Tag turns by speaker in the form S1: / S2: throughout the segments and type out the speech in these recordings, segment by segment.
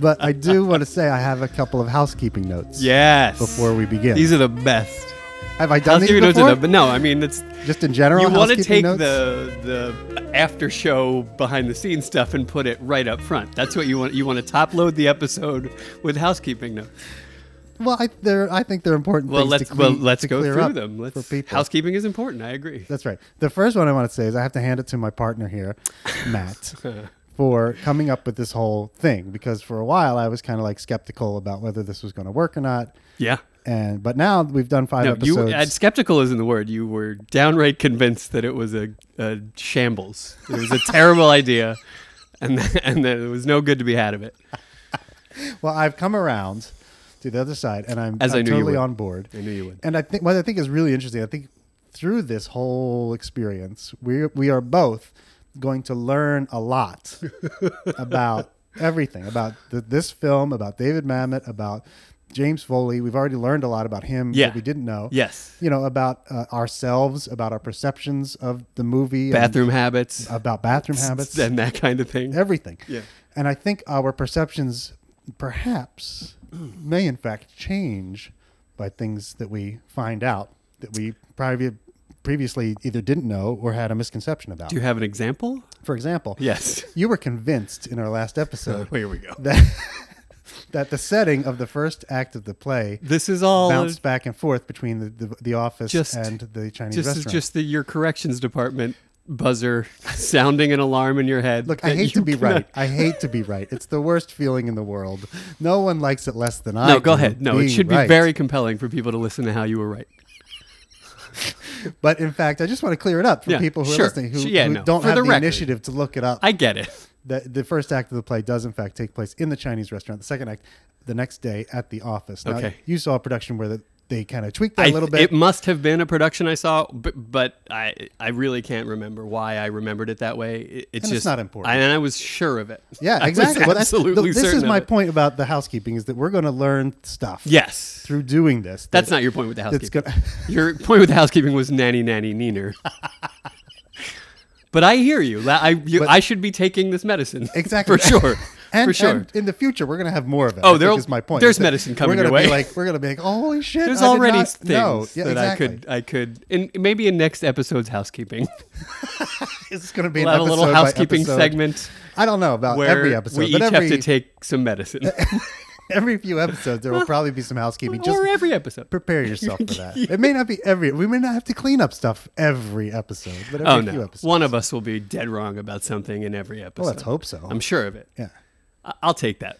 S1: but I do want to say I have a couple of housekeeping notes.
S2: Yes.
S1: Before we begin,
S2: These are the best.
S1: have I done
S2: I'll
S1: these
S2: give you notes of
S1: before?
S2: them, but no, I mean it's
S1: Just in general,
S2: you want to
S1: housekeeping
S2: take
S1: notes?
S2: the the after show behind the scenes stuff and put it right up front. That's what you want. You want to top load the episode with housekeeping notes.
S1: Well, I, they're, I think they're important.
S2: Well,
S1: things
S2: let's
S1: to clean,
S2: well let's
S1: to
S2: go
S1: clear
S2: through
S1: up
S2: them. Let's,
S1: for people.
S2: Housekeeping is important. I agree.
S1: That's right. The first one I want to say is I have to hand it to my partner here, Matt, for coming up with this whole thing because for a while I was kind of like skeptical about whether this was going to work or not.
S2: Yeah.
S1: And but now we've done five
S2: No, you.
S1: episodes.
S2: uh, Skeptical isn't the word. You were downright convinced that it was a, a shambles. It was a terrible idea, and th- and that there was no good to be had of it.
S1: well, I've come around to the other side, and I'm,
S2: As I
S1: I'm
S2: knew you
S1: totally
S2: would.
S1: on board.
S2: I knew you would.
S1: And I think what I think is really interesting, I think through this whole experience, we we are both going to learn a lot about everything about th- this film, about David Mamet, about James Foley. We've already learned a lot about him
S2: Yeah.
S1: that we didn't know.
S2: Yes.
S1: You know about uh, ourselves, about our perceptions of the movie, and
S2: Bathroom habits,
S1: about bathroom habits,
S2: and that kind of thing.
S1: everything.
S2: Yeah.
S1: And I think our perceptions perhaps may in fact change by things that we find out that we privi- previously either didn't know or had a misconception about.
S2: Do you have an example?
S1: For example,
S2: Yes.
S1: you were convinced in our last episode
S2: Here we go.
S1: that that the setting of the first act of the play
S2: This is all
S1: bounced back and forth between the, the, the office
S2: Just-
S1: and the Chinese
S2: just
S1: restaurant.
S2: just the, your corrections department buzzer sounding an alarm in your head.
S1: Look, I
S2: that
S1: hate to
S2: you
S1: be
S2: cannot-
S1: right. I hate to be right. It's the worst feeling in the world. No one likes it less than I.
S2: No, go
S1: do,
S2: ahead. No, it
S1: being
S2: should be
S1: right.
S2: very compelling for people to listen to how you were right.
S1: But in fact, I just want to clear it up for
S2: Yeah,
S1: people who
S2: sure.
S1: are listening who,
S2: Sh- yeah,
S1: who
S2: no.
S1: don't
S2: For
S1: have
S2: the
S1: the,
S2: record.
S1: initiative to look it up.
S2: I get it.
S1: the, the first act of the play does in fact take place in the Chinese restaurant. The second act, the next day at the office. Now,
S2: Okay.
S1: You saw a production where the, they kind of tweaked that
S2: I-
S1: a little bit.
S2: It must have been a production I saw, but, but I I really can't remember why I remembered it that way. It-
S1: And
S2: it's
S1: it's
S2: just
S1: not important.
S2: I, and I was sure of it. I
S1: yeah,
S2: was
S1: exactly. Well, that's-
S2: absolutely
S1: look, this
S2: certain
S1: is
S2: of
S1: my
S2: it.
S1: point about the housekeeping is that we're going to learn stuff
S2: Yes,
S1: through doing this.
S2: that's
S1: that-
S2: not your point with the
S1: that's
S2: housekeeping.
S1: gonna,
S2: Your point with the housekeeping was nanny nanny neener. but I hear you. La- I you, I should be taking this medicine
S1: Exactly.
S2: for sure.
S1: and,
S2: for sure.
S1: and in the future, we're going to have more of it.
S2: Oh,
S1: I
S2: there'll-
S1: think is my point.
S2: there's
S1: is that
S2: medicine coming
S1: we're gonna
S2: your
S1: be
S2: way.
S1: Like, we're going to be like, holy shit!
S2: There's
S1: I did
S2: already
S1: not
S2: things
S1: know." Yeah,
S2: that
S1: exactly.
S2: I could I could and maybe in next episode's housekeeping.
S1: It's going to be
S2: we'll
S1: an
S2: have a little
S1: episode by
S2: housekeeping
S1: episode.
S2: segment
S1: I don't know about
S2: where
S1: every episode,
S2: we each
S1: but every
S2: have to take some medicine.
S1: every few episodes there will probably be some housekeeping. Just
S2: or every episode.
S1: prepare yourself for that. It may not be every. We may not have to clean up stuff every episode, but every
S2: Oh
S1: few
S2: no.
S1: episodes.
S2: One of us will be dead wrong about something in every episode.
S1: well, let's hope so.
S2: I'm sure of it.
S1: yeah,
S2: I- I'll take that.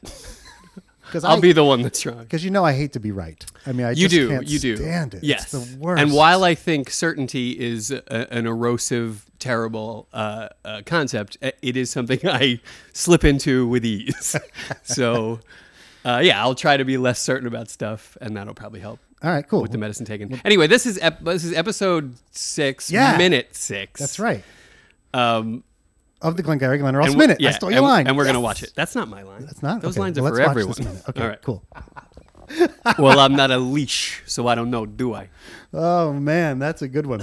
S1: because
S2: I'll be the one that's wrong.
S1: because you know I hate to be right. I mean, I
S2: you
S1: just
S2: do
S1: Can't
S2: you do
S1: Stand it.
S2: yes
S1: it's the worst.
S2: and while i think certainty is a, an erosive terrible uh, uh, concept uh, it is something i slip into with ease so uh, yeah i'll try to be less certain about stuff and that'll probably help
S1: all right, cool.
S2: with the medicine taken anyway this is ep- this is episode six
S1: Yeah.
S2: minute six
S1: That's right.
S2: um
S1: Of the Glengarry Glen Ross
S2: and we-
S1: minute.
S2: yeah,
S1: I stole your
S2: and,
S1: line.
S2: and we're
S1: Yes.
S2: gonna watch it that's not my line
S1: It's not
S2: those
S1: Okay,
S2: lines are
S1: well,
S2: for
S1: let's watch this
S2: everyone
S1: minute. Okay,
S2: all right
S1: cool.
S2: well i'm not a leash so i don't know do i
S1: Oh man, that's a good one.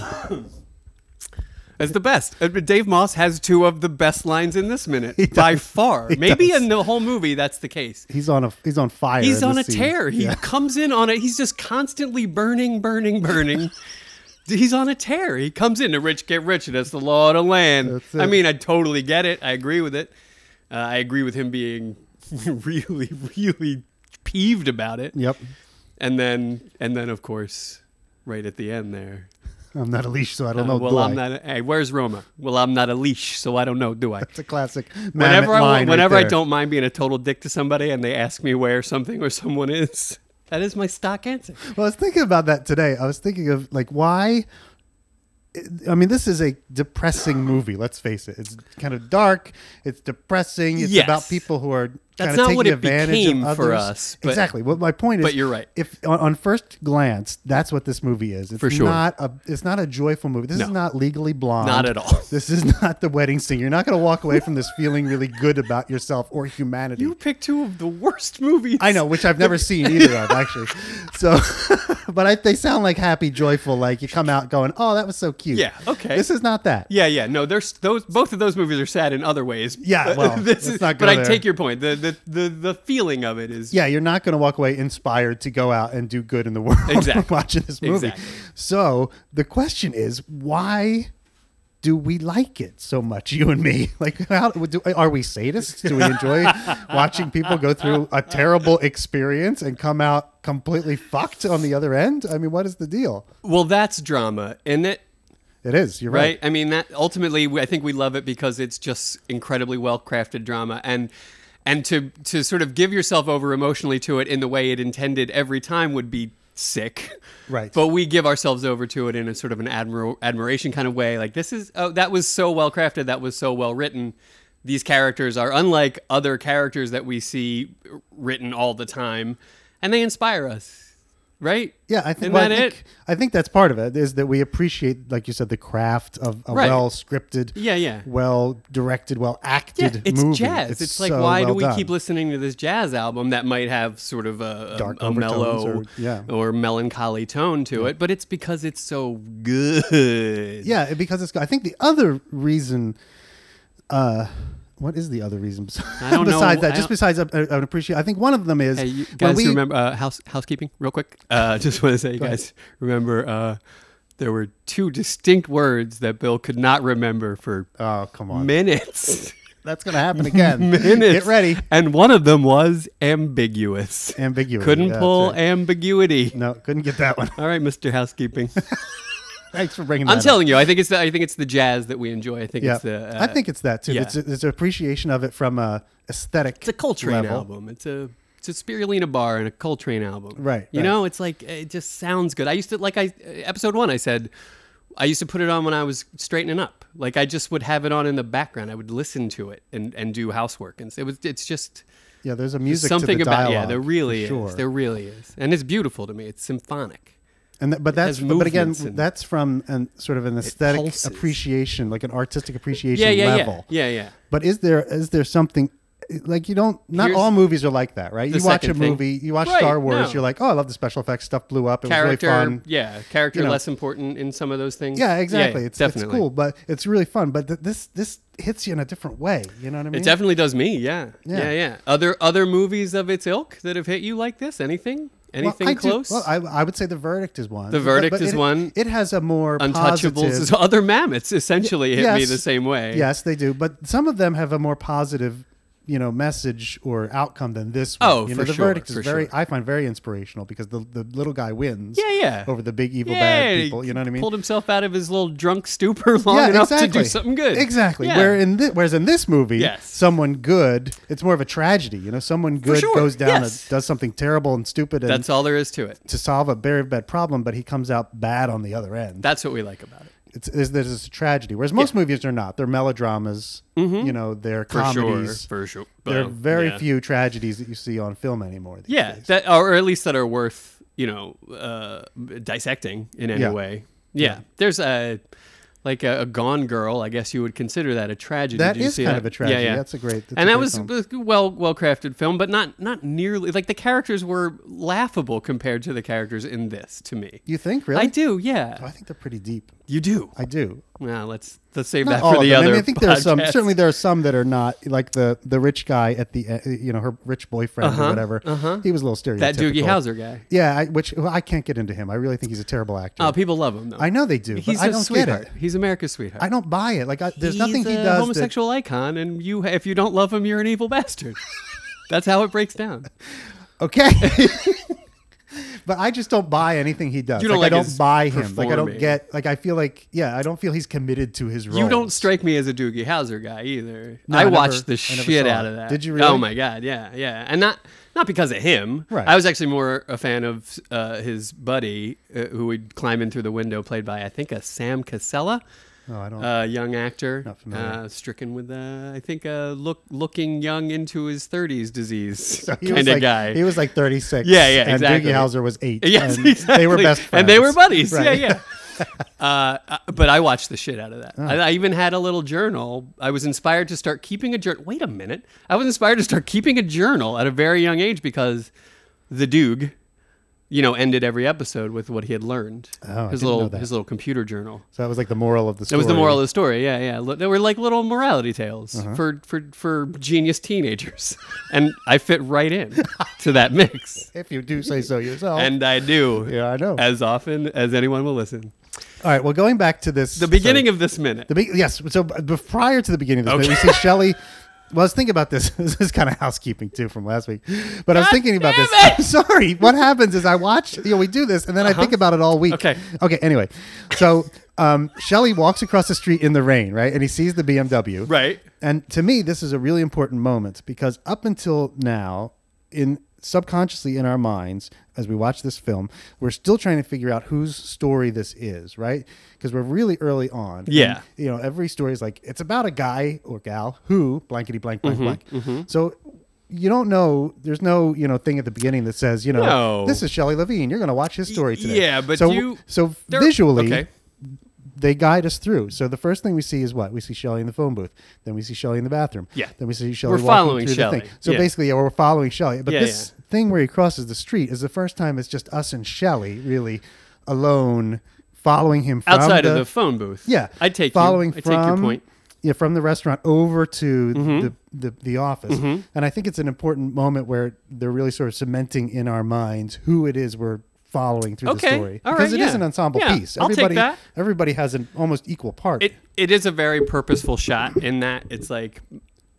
S2: That's the best. Uh, but Dave Moss has two of the best lines in this minute by far. Maybe
S1: does.
S2: in the whole movie, that's the case.
S1: He's on a he's on fire.
S2: He's
S1: in
S2: on a
S1: this scene.
S2: tear. He
S1: Yeah.
S2: comes in on it. He's just constantly burning, burning, burning. He's on a tear. He comes in to rich get rich, and that's the law of the land.
S1: That's
S2: I
S1: it.
S2: mean, I totally get it. I agree with it. Uh, I agree with him being really, really peeved about it.
S1: Yep.
S2: And then, and then, of course, right at the end there,
S1: I'm not a leash, so I don't know.
S2: Uh, well,
S1: do
S2: I'm
S1: I?
S2: not. A, hey, where's Roma? Well, I'm not a leash, so I don't know. Do I?
S1: It's a classic.
S2: Whenever I
S1: Mamet
S2: want-
S1: line right
S2: whenever I
S1: there.
S2: don't mind being a total dick to somebody, and they ask me where something or someone is, that is my stock answer.
S1: Well, I was thinking about that today. I was thinking of like why. I mean, this is a depressing movie. Let's face it; it's kind of dark. It's depressing. It's
S2: Yes.
S1: about people who are
S2: That's
S1: kind
S2: not
S1: of taking
S2: what it
S1: advantage
S2: became
S1: of others.
S2: for us, but-
S1: exactly. Well, my point is,
S2: but you're right.
S1: If on, on first glance, that's what this movie is. It's
S2: For sure.
S1: not a. It's not a joyful movie. This
S2: No.
S1: is not Legally Blonde.
S2: Not at all.
S1: This is not The Wedding Singer. You're not going to walk away from this feeling really good about yourself or humanity.
S2: You picked two of the worst movies.
S1: I know, which I've never seen either of actually. So, but I, they sound like happy, joyful. Like you come out going, "Oh, that was so cute."
S2: Yeah, okay.
S1: This is not that.
S2: Yeah, yeah. No, there's those. Both of those movies are sad in other ways.
S1: Yeah,
S2: But
S1: well,
S2: this
S1: let's
S2: is.
S1: not go
S2: but I
S1: there.
S2: take your point. The, the, the the feeling of it is
S1: yeah, you're not going to walk away inspired to go out and do good in the world from
S2: Exactly.
S1: watching this movie.
S2: Exactly.
S1: So the question is, why do we like it so much, you and me? Like, how, do, are we sadists? Do we enjoy watching people go through a terrible experience and come out completely fucked on the other end? I mean, what is the deal?
S2: well that's drama and it
S1: It is. You're
S2: right? I mean, that ultimately, we- I think we love it because it's just incredibly well crafted drama, and and to to sort of give yourself over emotionally to it in the way it intended every time would be sick,
S1: Right.
S2: But we give ourselves over to it in a sort of an admir- admiration kind of way. Like this is oh, that was so well crafted, that was so well written. These characters are unlike other characters that we see written all the time, and they inspire us, right?
S1: Yeah, I think,
S2: Isn't
S1: well, I
S2: that
S1: think
S2: it?
S1: I think that's part of it is that we appreciate, like you said, the craft of a
S2: Right.
S1: well scripted,
S2: Yeah, yeah.
S1: well directed, well acted
S2: it's
S1: movie.
S2: jazz. It's, like
S1: so
S2: why do
S1: well
S2: we
S1: done.
S2: keep listening to this jazz album that might have sort of a, a-
S1: Dark
S2: a
S1: overtones
S2: mellow
S1: or- yeah.
S2: or melancholy tone to it, but it's because it's so good.
S1: Yeah, it- because it's. I think the other reason. Uh, what is the other reason besides,
S2: I don't know.
S1: besides that?
S2: I
S1: Just
S2: don't-
S1: besides uh, uh, an appreciation, I think one of them is
S2: Hey, you
S1: when
S2: guys,
S1: we
S2: remember uh, house housekeeping real quick. Uh, just want to say, you guys, remember uh, there were two distinct words that Bill could not remember for
S1: Oh come on,
S2: minutes.
S1: that's gonna happen again.
S2: minutes.
S1: Get ready.
S2: And one of them was ambiguous.
S1: Ambiguity.
S2: Couldn't
S1: yeah, that's
S2: pull
S1: right.
S2: ambiguity.
S1: No, couldn't get that one.
S2: All right, Mr. Housekeeping.
S1: Thanks for bringing.
S2: I'm
S1: that up.
S2: telling you, I think it's the I think it's the jazz that we enjoy. I think
S1: Yeah,
S2: it's the uh,
S1: I think it's that too.
S2: yeah.
S1: It's, it's an appreciation of it from a aesthetic.
S2: it's a Coltrane
S1: level.
S2: album. It's a it's a Spirulina bar and a Coltrane album.
S1: Right,
S2: You
S1: right.
S2: know, it's like it just sounds good. I used to like I episode one. I said I used to put it on when I was straightening up. Like I just would have it on in the background. I would listen to it and and do housework. And it was it's just
S1: Yeah, there's a music
S2: something
S1: to the
S2: about
S1: dialogue.
S2: yeah. There really
S1: for sure.
S2: is. There really is. And it's beautiful to me. It's symphonic.
S1: and th- but that's
S2: has
S1: but again
S2: movements and-
S1: that's from an sort of an aesthetic
S2: pulses.
S1: appreciation, like an artistic appreciation
S2: Yeah, yeah,
S1: level.
S2: yeah, yeah, yeah.
S1: But is there is there something like you don't not
S2: Here's
S1: all movies are like that, right?
S2: the
S1: You watch a
S2: second thing.
S1: movie, you watch
S2: Right,
S1: Star Wars,
S2: no.
S1: you're like, "Oh, I love the special effects stuff blew up. It
S2: Character,
S1: was really fun."
S2: yeah, character
S1: You know.
S2: less important in some of those things.
S1: Yeah, exactly. it's, it's
S2: definitely.
S1: cool, but it's really fun, but th- this this hits you in a different way, you know what I mean?
S2: It definitely does me. Yeah.
S1: Yeah.
S2: yeah. Yeah. Other other movies of its ilk that have hit you like this? Anything? Anything
S1: well, I do-
S2: close?
S1: well, I, I would say the verdict is one.
S2: The Verdict is
S1: it,
S2: one.
S1: It has a more
S2: Untouchables
S1: positive-
S2: is other mammoths essentially hit me
S1: yes.
S2: the same way.
S1: Yes, they do, but some of them have a more positive, you know, message or outcome than this one.
S2: Oh,
S1: you know,
S2: for
S1: the
S2: sure,
S1: verdict is
S2: for
S1: very
S2: sure.
S1: I find very inspirational because the, the little guy wins
S2: Yeah, yeah.
S1: over the big evil
S2: Yeah,
S1: bad
S2: he
S1: people, you know what I mean?
S2: Pulled himself out of his little drunk stupor long
S1: yeah,
S2: enough
S1: exactly.
S2: to do something good.
S1: Exactly.
S2: Yeah.
S1: Where in thi- whereas in this movie,
S2: Yes.
S1: someone good, it's more of a tragedy. You know, someone good
S2: sure,
S1: goes down
S2: yes.
S1: and does something terrible and stupid and
S2: that's all there is to it.
S1: to solve a very bad problem, but he comes out bad on the other end.
S2: That's what we like about it.
S1: it's, is that it's a tragedy. Whereas most movies are not. They're melodramas.
S2: Mm-hmm.
S1: You know, they're
S2: For
S1: comedies.
S2: sure. For sure.
S1: There are
S2: Well,
S1: very
S2: yeah.
S1: few tragedies that you see on film anymore. these
S2: Yeah,
S1: days.
S2: that or at least that are worth you know uh, dissecting in any
S1: Yeah.
S2: way. Yeah. there's a like a, a Gone Girl. I guess you would consider that a tragedy.
S1: That
S2: Did you
S1: is
S2: see
S1: kind
S2: that?
S1: of a tragedy.
S2: Yeah, yeah.
S1: That's a great. That's a
S2: and that
S1: great film.
S2: was a well well crafted film, but not not nearly like the characters were laughable compared to the characters in this. To me,
S1: You think really?
S2: I do.
S1: Oh,
S2: Yeah,
S1: I think they're pretty deep.
S2: you do.
S1: I do.
S2: Well, let's let's save
S1: Not
S2: that for
S1: all of
S2: the
S1: them. I
S2: other.
S1: mean, I think there are some.
S2: podcast.
S1: Certainly, there are some that are not like the the rich guy at the uh, you know her rich boyfriend or whatever. Uh-huh. He was a little stereotypical.
S2: that Doogie Howser guy.
S1: Yeah, I, which well, I can't get into him. I really think he's a terrible actor.
S2: Oh, people love him though.
S1: I know they do,
S2: He's
S1: but I
S2: a
S1: don't
S2: sweetheart.
S1: get it.
S2: He's America's sweetheart.
S1: I don't buy it. Like, I, there's
S2: He's
S1: nothing he
S2: a
S1: does. that-
S2: homosexual icon, and you if you don't love him, you're an evil bastard. That's how it breaks down.
S1: Okay. but I just don't buy anything he does.
S2: You don't
S1: like, I
S2: like
S1: don't
S2: his
S1: buy him. Like I don't
S2: performing.
S1: get like I feel like yeah, I don't feel he's committed to his role.
S2: You don't strike me as a Doogie Howser guy either.
S1: No,
S2: I,
S1: I
S2: watched
S1: never-
S2: the
S1: I never
S2: shit
S1: saw
S2: out
S1: it.
S2: of that.
S1: Did you really?
S2: Oh my god, yeah, yeah, and not not because of him.
S1: Right.
S2: I was actually more a fan of uh, his buddy uh, who would climb in through the window, played by I think a Sam Casella.
S1: No, I don't.
S2: uh, young actor,
S1: Oh. Not familiar.
S2: Uh, stricken with, uh, I think, uh, look, looking young into his 30s disease
S1: he
S2: kind
S1: was
S2: of
S1: like,
S2: guy.
S1: He was like 36.
S2: Yeah, yeah,
S1: and
S2: exactly.
S1: Doogie Howser was eight.
S2: Yes,
S1: and
S2: exactly.
S1: They were best friends.
S2: and they were buddies.
S1: Right.
S2: Yeah, yeah. uh, uh, but I watched the shit out of
S1: Oh.
S2: that. I, I even had a little journal. I was inspired to start keeping a journal. Wait a minute, I was inspired to start keeping a journal at a very young age because the Duke, you know, ended every episode with what he had learned.
S1: Oh, I
S2: his
S1: didn't know
S2: little
S1: that.
S2: his little computer journal.
S1: So that was like the moral of the
S2: That
S1: story. Uh-huh.
S2: was the moral of the story. Yeah, yeah. Li- They were like little morality tales for for for genius teenagers, and I fit right in to that mix.
S1: if you do say so yourself.
S2: And I do
S1: yeah, I know.
S2: as often as anyone will listen.
S1: All right. Well, going back to this,
S2: The beginning of this minute.
S1: The be- yes. So b- b- prior to the beginning of this,
S2: Okay.
S1: minute, we see Shelley. Well, I was thinking about this. This is kind of housekeeping too from last week, but I was
S2: God
S1: thinking about
S2: damn Uh-huh.
S1: this. I'm sorry. What happens is I watch. You know, we do this, and then I think about it all week.
S2: Okay.
S1: Okay. Anyway, so um, Shelley walks across the street in the rain, right? And he sees the BMW.
S2: Right.
S1: And to me, this is a really important moment because up until now, in subconsciously in our minds, as we watch this film, we're still trying to figure out whose story this is, right? Because we're really early on.
S2: Yeah.
S1: And, you know, every story is like it's about a guy or gal who blankety blank blank
S2: Mm-hmm,
S1: blank. So you don't know. There's no you know thing at the beginning that says you know
S2: No.
S1: this is Shelley Levine. You're going to watch his story today.
S2: yeah, but
S1: so
S2: you-
S1: so
S2: there-
S1: visually
S2: okay.
S1: they guide us through. So the first thing we see is what? We see Shelley in the phone booth. Then we see Shelley in the bathroom.
S2: Yeah.
S1: Then we see Shelley
S2: We're
S1: walking
S2: following
S1: through
S2: Shelley.
S1: the thing. So
S2: Yeah.
S1: basically, yeah, we're following Shelley. But
S2: Yeah,
S1: this thing where he crosses the street is the first time it's just us and Shelley really alone following him from
S2: Outside of the phone booth.
S1: yeah.
S2: I take
S1: following
S2: you. I
S1: from
S2: take your point. Mm-hmm.
S1: yeah from the restaurant over to the, the the office, and I think it's an important moment where they're really sort of cementing in our minds who it is we're following through
S2: Okay.
S1: the story
S2: All
S1: because
S2: right,
S1: it is
S2: yeah.
S1: an ensemble
S2: Yeah,
S1: piece.
S2: I'll take
S1: Everybody
S2: that.
S1: everybody has an almost equal part.
S2: It it is a very purposeful shot in that it's like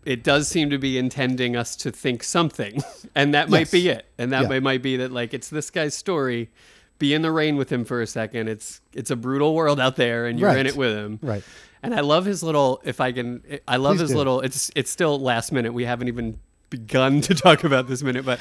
S2: it does seem to be intending us to think something, and that might
S1: Yes.
S2: be it. And that
S1: Yeah.
S2: may- might be that like it's this guy's story. Be in the rain with him for a second. It's it's a brutal world out there, and you're
S1: Right.
S2: in it with him.
S1: Right.
S2: And I love his little. If I can, I love
S1: Please
S2: his
S1: do.
S2: little. It's it's still last minute. We haven't even begun to talk about this minute, but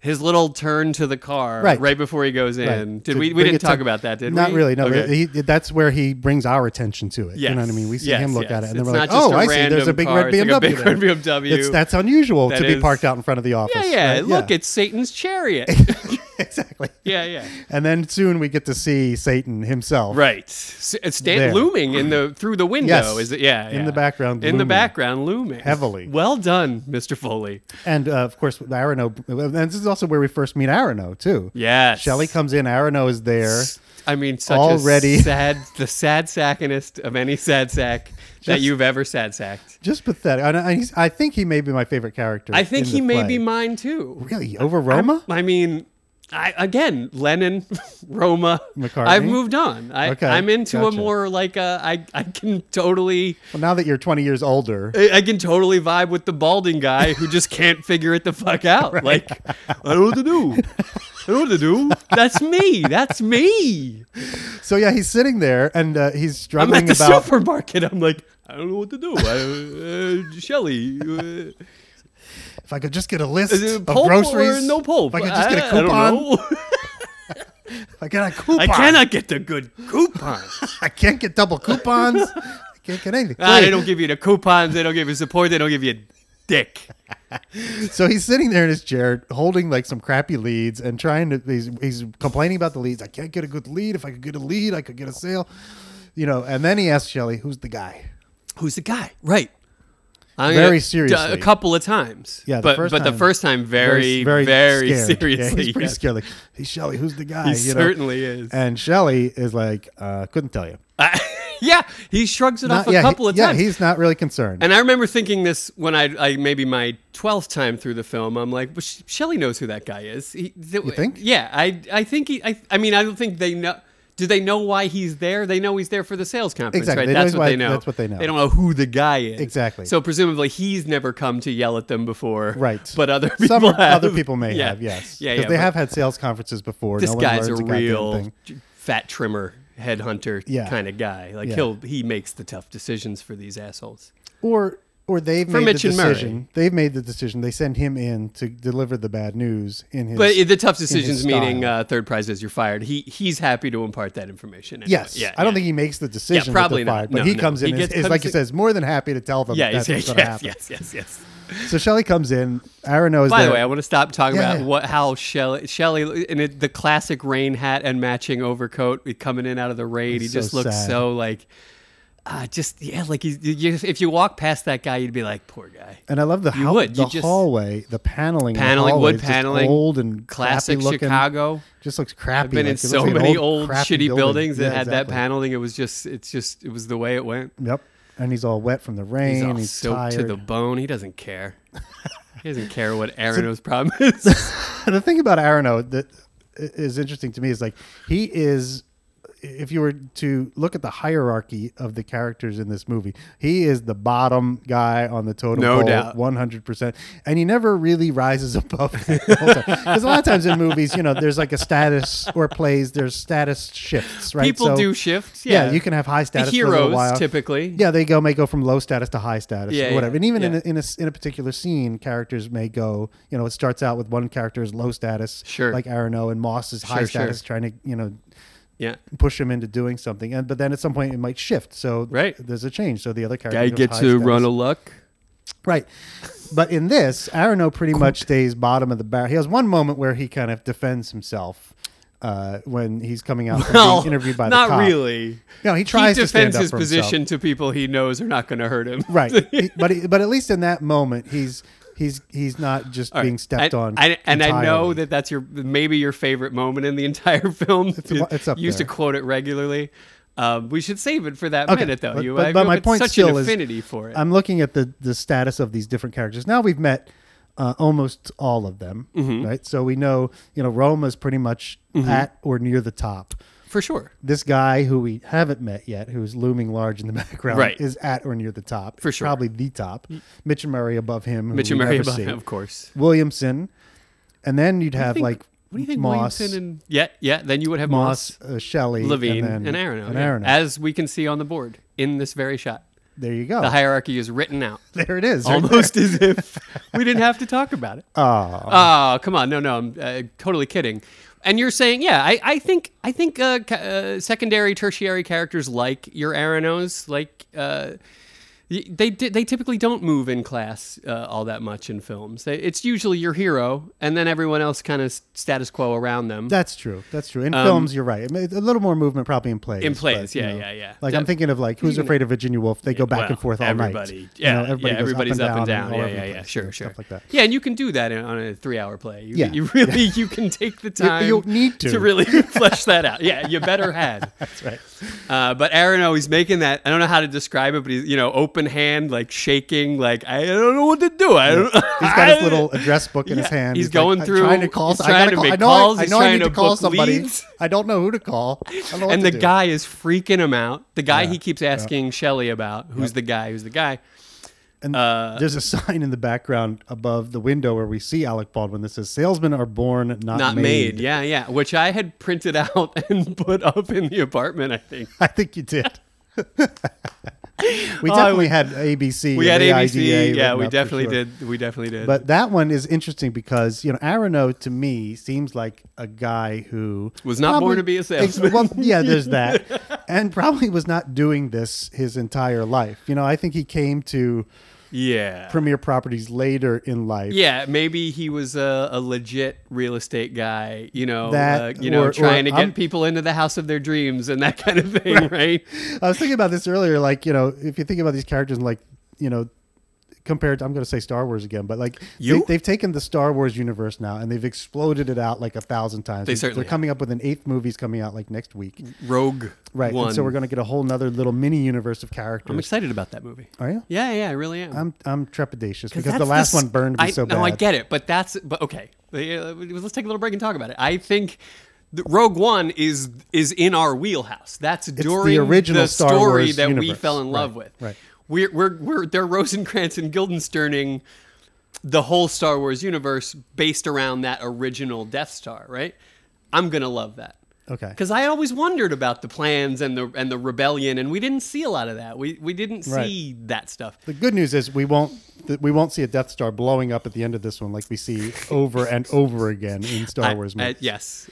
S2: his little turn to the car
S1: Right.
S2: right, before he goes in.
S1: Right.
S2: Did
S1: To
S2: we? We
S1: bring
S2: didn't
S1: it to-
S2: talk about that, did
S1: not
S2: we?
S1: really. No,
S2: Okay.
S1: but he, that's where he brings our attention to it. You know what I
S2: Yes,
S1: mean? We see
S2: yes,
S1: him look at it,
S2: yes.
S1: and then
S2: It's
S1: we're like,
S2: not just
S1: "Oh,
S2: a
S1: I see. There's a
S2: random
S1: big
S2: car.
S1: red
S2: It's
S1: BMW.
S2: like a big
S1: there."
S2: red BMW.
S1: It's that's unusual
S2: That
S1: to be
S2: is-
S1: parked out in front of the office.
S2: Yeah, yeah.
S1: right?
S2: Look, it's Satan's chariot.
S1: exactly.
S2: yeah, yeah.
S1: And then soon we get to see Satan himself.
S2: Right. S- It's stand
S1: There.
S2: looming in the through the window.
S1: Yes.
S2: Is it? Yeah.
S1: In
S2: yeah.
S1: the background,
S2: In the
S1: looming.
S2: background, looming
S1: Heavily.
S2: Well done, Mr. Foley.
S1: And uh, of course, Arano. And this is also where we first meet Arano too.
S2: Yes.
S1: Shelley comes in. Arano is there.
S2: I mean, such
S1: Already.
S2: a sad, the sad sackinest of any sad sack that
S1: Just-
S2: you've ever sad sacked.
S1: Just pathetic. And I, he's, I think he may be my favorite character.
S2: I think
S1: in
S2: he
S1: the
S2: may
S1: play.
S2: be mine too.
S1: really over Roma.
S2: I mean, I again, Lennon, Roma,
S1: McCartney?
S2: I've moved on. I,
S1: Okay,
S2: I'm into
S1: gotcha.
S2: a more like a, I, I can totally,
S1: Well, now that you're 20 years older,
S2: I I can totally vibe with the balding guy who just can't figure it the fuck out. Like, I don't know what to do. I don't know what to do. That's me. That's me.
S1: so yeah, he's sitting there and uh, he's
S2: I'm
S1: struggling
S2: at the
S1: about.
S2: supermarket. I'm like, I don't know what to do. I, uh, Shelly, uh,
S1: If I could just get a list
S2: is it
S1: of
S2: pulp
S1: groceries,
S2: or no pulp?
S1: If I could just get a
S2: I- I don't
S1: coupon,
S2: know.
S1: if I get a coupon,
S2: I cannot get the good coupon.
S1: I can't get double coupons. I can't get anything.
S2: Ah,
S1: Great.
S2: they don't give you the coupons. They don't give you support. They don't give you dick.
S1: So he's sitting there in his chair, holding like some crappy leads and trying to. He's, he's complaining about the leads. I can't get a good lead. If I could get a lead, I could get a sale. You know. And then he asks Shelley, "Who's the guy?"
S2: Who's the guy? Right. I'm
S1: Very
S2: gonna-
S1: seriously.
S2: A couple of times.
S1: Yeah, the
S2: but
S1: first
S2: but
S1: time-
S2: the first time, very, very,
S1: scared.
S2: seriously.
S1: Yeah, he's pretty
S2: yeah.
S1: scared. Like, hey, Shelley, who's the guy?
S2: He
S1: you know?
S2: certainly is.
S1: And Shelley is like, uh, couldn't tell you.
S2: I- yeah, he shrugs it
S1: Not-
S2: off a
S1: yeah, he-
S2: couple of
S1: yeah,
S2: times.
S1: he's not really concerned.
S2: and I remember thinking this when I, I maybe my twelfth time through the film. I'm like, well, Sh- Shelley knows who that guy is. He, th-
S1: You think?
S2: Yeah, I I think he. I, I mean, I don't think they know. Do they know why he's there? They know he's there for the sales conference,
S1: Exactly.
S2: right?
S1: They know
S2: that's
S1: he's
S2: what
S1: why-
S2: they know.
S1: that's what they know.
S2: They don't know who the guy is.
S1: Exactly.
S2: So presumably he's never come to yell at them before,
S1: Right.
S2: But other people
S1: Some
S2: have.
S1: other people may
S2: Yeah.
S1: have, yes,
S2: Yeah, yeah.
S1: because they
S2: but
S1: have had sales conferences before.
S2: This
S1: no one
S2: guy's a
S1: learns goddamn
S2: real
S1: thing.
S2: j- fat trimmer, headhunter
S1: Yeah.
S2: kind of guy. Like
S1: Yeah.
S2: he'll he makes the tough decisions for these assholes.
S1: or or they've
S2: For
S1: made
S2: Mitch
S1: the
S2: and Murray.
S1: decision. They've made the decision. They send him in to deliver the bad news in his.
S2: But the tough decisions meaning
S1: style.
S2: uh, third prize is you're fired. He he's happy to impart that information. anyway.
S1: yes,
S2: Yeah.
S1: I don't
S2: yeah.
S1: think he makes the decision. that
S2: probably
S1: they're
S2: not.
S1: fired, But
S2: No,
S1: he
S2: no.
S1: comes in.
S2: He
S1: and
S2: gets-
S1: is,
S2: comes
S1: like he
S2: in-
S1: says, more than happy to tell them.
S2: Yeah.
S1: that's what's
S2: He's, yes,
S1: gonna happen.
S2: yes. Yes. Yes.
S1: So Shelley comes in. Aaron knows.
S2: By
S1: that,
S2: the way, I want to stop talking
S1: Yeah,
S2: about
S1: yeah.
S2: what how Shelly Shelly in it, the classic rain hat and matching overcoat coming in out of the rain. he
S1: so
S2: just looks
S1: sad.
S2: so like uh, just yeah, like he's, you, you- if you walk past that guy, you'd be like, poor guy.
S1: And I love the hou-
S2: would.
S1: the
S2: You just-
S1: hallway, the paneling, in the
S2: Paneling,
S1: hallway
S2: wood
S1: is just
S2: paneling.
S1: old and
S2: Classic
S1: crappy looking.
S2: Chicago.
S1: Just looks crappy.
S2: I've been
S1: like,
S2: in
S1: it looks
S2: so
S1: like an
S2: many
S1: old,
S2: old,
S1: crappy
S2: shitty
S1: building.
S2: buildings that
S1: Yeah,
S2: had that
S1: exactly.
S2: paneling. It was just, it's just, it was the way it went.
S1: Yep. And he's all wet from the rain.
S2: He's
S1: He's,
S2: all soaked
S1: tired.
S2: to the bone. He doesn't care. he doesn't care what Aaron's problem is.
S1: the thing about Aronow that i- is interesting to me is like he is if you were to look at the hierarchy of the characters in this movie, he is the bottom guy on the totem
S2: No
S1: pole,
S2: doubt.
S1: one hundred percent, and he never really rises above. Because a lot of times in movies, you know, there's like a status or plays, there's status shifts, right?
S2: People
S1: So,
S2: do shift.
S1: yeah.
S2: Yeah,
S1: you can have high
S2: the
S1: status for a little
S2: heroes
S1: while.
S2: typically.
S1: Yeah, they go may go from low status to high status
S2: Yeah,
S1: or whatever.
S2: yeah,
S1: and even in,
S2: yeah.
S1: a, in, a, s- in a particular scene, characters may go, you know, it starts out with one character is low status,
S2: Sure.
S1: like Arano, and Moss is high
S2: Sure, sure.
S1: status, trying to, you know,
S2: yeah.
S1: push him into doing something. And But then at some point it might shift. So
S2: Right.
S1: there's a change. So the other character
S2: Guy
S1: goes
S2: gets
S1: high
S2: to
S1: status.
S2: run a luck.
S1: Right. But in this, Arano pretty much stays bottom of the barrel. He has one moment where he kind of defends himself. Uh, when he's coming out from
S2: Well,
S1: being interviewed by the
S2: not
S1: cop.
S2: really.
S1: No, he tries
S2: he
S1: to stand
S2: defends
S1: up
S2: his
S1: for himself.
S2: position to people he knows are not going to hurt him.
S1: right He- but he, but at least in that moment he's he's he's not just being stepped
S2: I-
S1: on
S2: I, and I know
S1: entirely.
S2: that that's your maybe your favorite moment in the entire film.
S1: a- it's up
S2: you used
S1: there.
S2: to quote it regularly. Um, we should save it for that
S1: Okay,
S2: minute, though.
S1: but-
S2: you,
S1: but-
S2: I
S1: but
S2: have
S1: my point
S2: such
S1: still
S2: an
S1: is- um,
S2: affinity for it.
S1: i'm looking at the the status of these different characters now we've met uh, almost all of them
S2: Mm-hmm.
S1: right so we know you know roma's pretty much at or near the top
S2: for sure,
S1: this guy who we haven't met yet who's looming large in the background
S2: Right.
S1: is at or near the top
S2: For sure. Mm.
S1: probably the top mitch and murray above him who
S2: Mitch and
S1: we
S2: Mary,
S1: never
S2: Bob-
S1: see.
S2: of course.
S1: williamson and then you'd have
S2: think-
S1: like
S2: What do you think,
S1: moss
S2: Williamson and yeah, yeah? Then you would have Moss,
S1: Moss, uh, Shelley,
S2: Levine,
S1: and,
S2: and,
S1: then,
S2: Aronow,
S1: and
S2: yeah,
S1: Aronow.
S2: as we can see on the board in this very shot.
S1: there you go.
S2: The hierarchy is written out,
S1: there it is. right
S2: almost as if we didn't have to talk about it.
S1: there. Aw.
S2: Oh, come on. No, no, I'm uh, totally kidding. And you're saying, yeah, I, I think I think uh, ca- uh, secondary, tertiary characters like your Aranos, like uh, y- they di- they typically don't move in class uh, all that much in films. They, it's usually your hero, and then everyone else kind of status quo around them.
S1: that's true. That's true. In films, you're right. I mean, A little more movement probably in plays.
S2: Um, In plays,
S1: you
S2: yeah, yeah, yeah.
S1: Like I'm
S2: Def-
S1: thinking of like Who's
S2: even-
S1: Afraid of Virginia Woolf? They go back
S2: Well,
S1: and forth all
S2: everybody,
S1: night. You know,
S2: Yeah, yeah,
S1: everybody goes
S2: everybody's up and down.
S1: all
S2: Yeah,
S1: over
S2: yeah,
S1: the
S2: yeah.
S1: place,
S2: Sure,
S1: you know,
S2: sure.
S1: Stuff like that.
S2: Yeah, and you can do that in, on a three-hour play. You,
S1: Yeah.
S2: you really you can take the time.
S1: you need to.
S2: really flesh that out. Yeah, you better had.
S1: That's right.
S2: Uh, but Aaron, oh, he's making that. I don't know how to describe it, but he's you know open hand, like shaking, like I don't know what to do. I don't.
S1: He's got his little address book in his
S2: Yeah,
S1: hand.
S2: he's
S1: like,
S2: going
S1: I'm
S2: through-
S1: trying to call.
S2: he's
S1: I
S2: trying
S1: gotta
S2: to
S1: call-
S2: make
S1: I know,
S2: calls,
S1: I
S2: he's
S1: know I
S2: trying
S1: need
S2: to
S1: to call
S2: book
S1: somebody.
S2: leads.
S1: I don't know who to call. I don't know what
S2: and
S1: to
S2: the
S1: do.
S2: guy is freaking him out. The guy he keeps asking Shelly about, who's the guy? Who's the guy?
S1: And
S2: uh,
S1: there's a sign in the background above the window where we see Alec Baldwin that says, "Salesmen are born, not,
S2: Not made.
S1: made.
S2: Yeah, yeah. Which I had printed out and put up in the apartment. I think.
S1: I think you did. we
S2: Oh,
S1: definitely had ABC.
S2: We
S1: and
S2: had
S1: the
S2: ABC.
S1: IDA
S2: Yeah,
S1: written up
S2: we
S1: for
S2: definitely
S1: sure.
S2: did. We definitely did.
S1: But that one is interesting because you know Aronow to me seems like a guy who
S2: Was not born to be a salesman.
S1: Well, yeah, there's that, and probably was not doing this his entire life. You know, I think he came to
S2: yeah.
S1: Premier Properties later in life.
S2: yeah, maybe he was a, a legit real estate guy, you know,
S1: That
S2: uh, you know,
S1: or- or
S2: trying to get
S1: I'm-
S2: people into the house of their dreams and that kind of thing, right?
S1: I was thinking about this earlier. Like, you know, if you think about these characters, and like, you know, compared, I'm going to say Star Wars again, but like,
S2: You?
S1: They, have taken the Star Wars universe now and they've exploded it out like a thousand times.
S2: They certainly
S1: They're coming up with an eighth movie's coming out like next week,
S2: Rogue
S1: right?
S2: One.
S1: And so we're going to get a whole nother little mini universe of characters.
S2: I'm excited about that movie.
S1: Are you?
S2: Yeah, yeah, I really am.
S1: I'm I'm trepidatious
S2: 'Cause
S1: because the
S2: that's
S1: last
S2: s-
S1: one burned me
S2: I-
S1: so bad.
S2: No, I get it, but that's but okay. Uh, Let's take a little break and talk about it. I think the Rogue One is is in our wheelhouse. That's during
S1: original Star
S2: story
S1: Wars
S2: that we
S1: universe.
S2: fell in
S1: Right,
S2: love with.
S1: right.
S2: We're we're we're they're Rosencrantz and Guildensterning the whole Star Wars universe based around that original Death Star, right? I'm gonna love that.
S1: Okay.
S2: Because I always wondered about the plans and the and the rebellion, and we didn't see a lot of that. We we didn't
S1: Right.
S2: see that stuff.
S1: The good news is we won't th- we won't see a Death Star blowing up at the end of this one like we see over and over again in Star
S2: I-
S1: Wars
S2: I-
S1: movies.
S2: yes.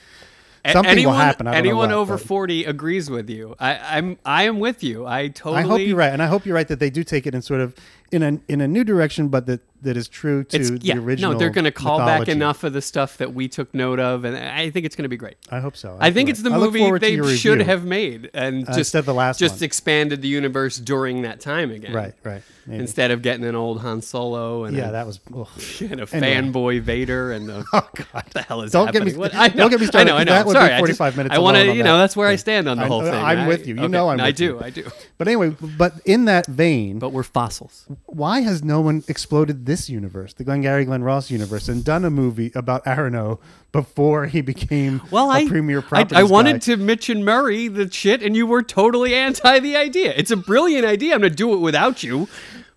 S2: A-
S1: Something will happen. I don't know
S2: anyone
S1: what,
S2: over
S1: but-
S2: forty agrees with you. I, I'm I am with you. I totally.
S1: I hope you're right, and I hope you're right that they do take it and sort of in a in a new direction, but that that is true to
S2: It's,
S1: the
S2: yeah,
S1: original.
S2: no, they're going to call back
S1: mythology.
S2: enough of the stuff that we took note of, and I think it's going to be great.
S1: I hope so.
S2: I think
S1: feel
S2: it's the
S1: it. I look
S2: movie
S1: forward to
S2: they
S1: your
S2: should
S1: review.
S2: have made, and
S1: Uh,
S2: just
S1: instead of the last
S2: just
S1: one.
S2: expanded the universe during that time again.
S1: Right, right. Maybe.
S2: Instead of getting an old Han Solo and,
S1: yeah,
S2: a,
S1: that was. ugh.
S2: and a
S1: Anyway.
S2: fanboy Vader and the,
S1: Oh God.
S2: the hell is
S1: Don't get
S2: happening?
S1: me-
S2: What- I
S1: don't
S2: know,
S1: get me
S2: I
S1: started,
S2: know, I
S1: 'cause
S2: know.
S1: that would be
S2: Sorry, I just-
S1: 45 minutes
S2: I wanna-
S1: alone on
S2: you know,
S1: that.
S2: that's where I stand on the
S1: I-
S2: whole thing.
S1: I'm
S2: I-
S1: with you. You
S2: okay,
S1: know I'm
S2: I
S1: with
S2: do.
S1: you.
S2: I do.
S1: But anyway, but in that vein,
S2: But we're fossils.
S1: why has no one exploded this universe, the Glengarry Glen Ross universe, and done a movie about Arano before he became
S2: Well,
S1: a
S2: I
S1: premier
S2: I,
S1: property?
S2: I wanted to Mitch and Murray the shit, and you were totally anti the idea. It's a brilliant idea. I'm gonna do it without you,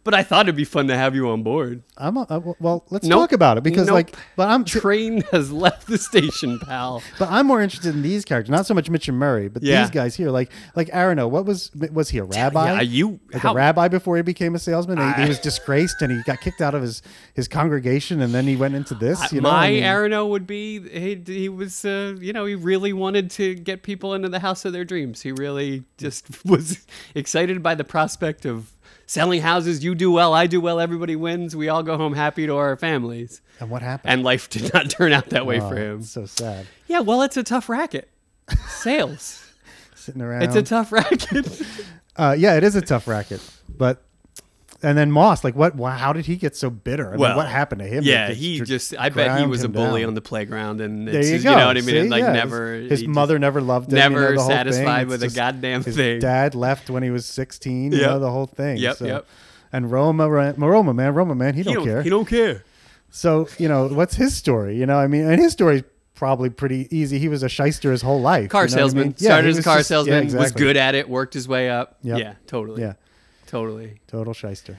S2: but I thought it'd be fun to have you on board.
S1: I'm a, I, well, let's
S2: Nope.
S1: talk about it because,
S2: Nope.
S1: like, but I'm
S2: Train has left the station, pal.
S1: but I'm more interested in these characters, not so much Mitch and Murray, but
S2: Yeah.
S1: these guys here, like like Arano. What was was he a rabbi?
S2: Yeah, you-
S1: like
S2: how-
S1: a rabbi before he became a salesman. He-
S2: I-
S1: he was disgraced and he got kicked out of his his congregation, and then he went into this. You know,
S2: My
S1: I mean-
S2: Arano would be he, he was uh, you know he really wanted to get people into the house of their dreams. He really just was excited by the prospect of selling houses. You do well, I do well, everybody wins. We all go home happy to our families.
S1: and what happened?
S2: And life did not turn out that way
S1: Oh,
S2: for him.
S1: it's so sad.
S2: Yeah, well, it's a tough racket. Sales.
S1: Sitting around.
S2: It's a tough racket.
S1: Uh, yeah, it is a tough racket, but and then Moss, like what? Why, how did he get so bitter? I mean,
S2: Well,
S1: what happened to him?
S2: yeah,
S1: that
S2: he
S1: just
S2: just. I bet he
S1: ground
S2: was a
S1: him
S2: bully
S1: down?
S2: on the playground, and
S1: There
S2: it's,
S1: you
S2: just-
S1: go.
S2: you, know what I mean.
S1: See?
S2: It, like
S1: Yeah, his-
S2: never.
S1: His,
S2: he just-
S1: mother never loved him. you know,
S2: never
S1: the whole thing.
S2: satisfied
S1: It's
S2: with a
S1: just-
S2: goddamn
S1: his
S2: thing.
S1: Dad left when he was sixteen. You
S2: Yep.
S1: know the whole thing.
S2: Yep,
S1: So-
S2: yep.
S1: And Roma, Ra- Roma, man, Roma, man, he,
S2: He
S1: don't, care.
S2: He don't care.
S1: So you know what's his story? You know, I mean, and his story's probably pretty easy. He was a shyster his whole life.
S2: Car
S1: you know what I
S2: salesman.
S1: mean? Yeah,
S2: Started
S1: he
S2: as a
S1: was
S2: car
S1: just- yeah,
S2: salesman. Was
S1: exactly.
S2: good at it. Worked his way up.
S1: Yep.
S2: Yeah, totally.
S1: Yeah,
S2: totally.
S1: total shyster.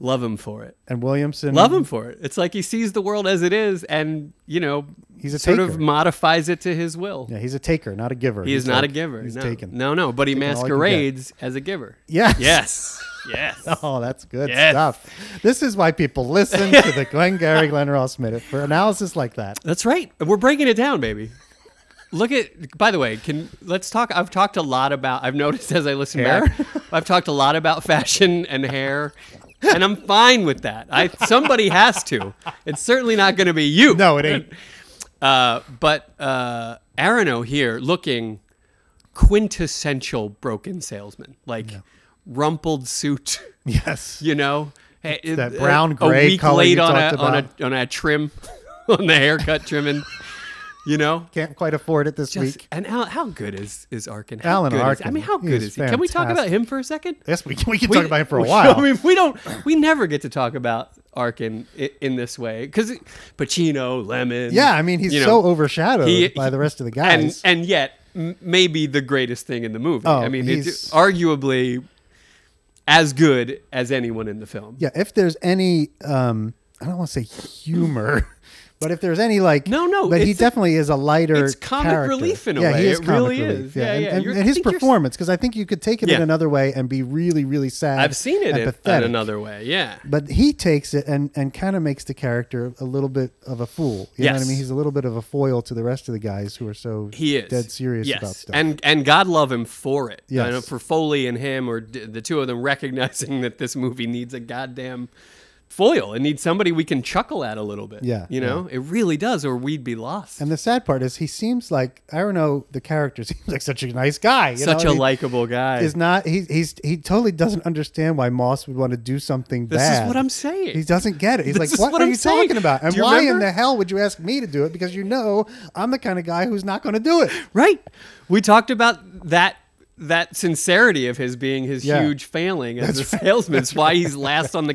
S2: Love him for it.
S1: And Williamson,
S2: Love him for it. It's like he sees the world as it is, and you know,
S1: He's a
S2: sort of
S1: taker.
S2: modifies it to his will.
S1: Yeah, he's a taker, not a giver.
S2: He is
S1: He's
S2: not
S1: like-
S2: a giver.
S1: He's
S2: no.
S1: taken.
S2: No, no, but he
S1: Taken all he can get.
S2: masquerades as a giver.
S1: Yes.
S2: Yes. Yes.
S1: Oh, that's good
S2: Yes.
S1: stuff. This is why people listen to the Glengarry Glen Ross Minute for analysis like that.
S2: That's right. We're breaking it down, baby. Look at. By the way, can let's talk. I've talked a lot about. I've noticed as I listen
S1: Hair?
S2: back, I've talked a lot about fashion and hair, and I'm fine with that. I somebody has to. It's certainly not going to be you.
S1: No, it ain't.
S2: Uh, but uh, Arano here looking quintessential broken salesman, like rumpled suit.
S1: Yes.
S2: you know Hey, it-
S1: that
S2: a-
S1: brown
S2: a
S1: gray
S2: week
S1: color
S2: late
S1: you
S2: on a,
S1: talked
S2: on
S1: about.
S2: a on a trim on the haircut trimming you know
S1: Can't quite afford it this
S2: Just-
S1: week.
S2: and how, how good is is Arkin how
S1: Alan
S2: good is- I
S1: Arkin,
S2: mean how
S1: he
S2: good
S1: is
S2: is he can we talk about
S1: fantastic.
S2: him for a second
S1: Yes, we can, we can talk about him for a
S2: we-
S1: while.
S2: I mean, we don't, we never get to talk about Arkin in, in this way because Pacino, Lemon.
S1: yeah, I mean, he's
S2: you know,
S1: so overshadowed
S2: he-
S1: by the rest of the
S2: and
S1: guys.
S2: and yet m- maybe the greatest thing in the movie.
S1: Oh,
S2: I mean, it's
S1: he's-
S2: arguably as good as anyone in the film.
S1: yeah, if there's any, um, I don't want to say humor, but if there's any like,
S2: No, no,
S1: but he
S2: it's-
S1: definitely is a lighter.
S2: it's comic
S1: character.
S2: relief in a
S1: yeah,
S2: way.
S1: He is
S2: It
S1: comic
S2: really
S1: relief,
S2: is. Yeah,
S1: and,
S2: yeah.
S1: and-
S2: You're-
S1: and
S2: I
S1: his
S2: think you're s-
S1: performance, because I think you could take it
S2: Yeah.
S1: in another way and be really, really sad.
S2: I've seen it
S1: and
S2: in, in
S1: pathetic.
S2: another way. Yeah.
S1: but he takes it and and kind of makes the character a little bit of a fool. You know what
S2: Yes.
S1: I mean? He's a little bit of a foil to the rest of the guys who are so
S2: He is
S1: dead serious
S2: yes.
S1: about stuff.
S2: and and God love him for it.
S1: Yes.
S2: I know for Foley and him, or d- the two of them recognizing that this movie needs a goddamn foil. It needs somebody we can chuckle at a little bit.
S1: Yeah,
S2: you know, it really does, or we'd be lost.
S1: And the sad part is he seems like I don't know the character seems like such a nice guy. You
S2: Such
S1: know?
S2: a
S1: He
S2: likable guy.
S1: is not he he's he totally doesn't understand why Moss would want to do something
S2: this
S1: bad.
S2: is what I'm saying.
S1: He doesn't get it. He's
S2: This
S1: like,
S2: is
S1: "What,
S2: what
S1: are
S2: I'm
S1: you
S2: saying.
S1: talking about? And
S2: Do you
S1: why in
S2: remember?
S1: the hell would you ask me to do it? Because you know I'm the kind of guy who's not going to do it."
S2: Right. We talked about that that sincerity of his being his
S1: Yeah.
S2: huge failing as a salesman. It's why he's last on the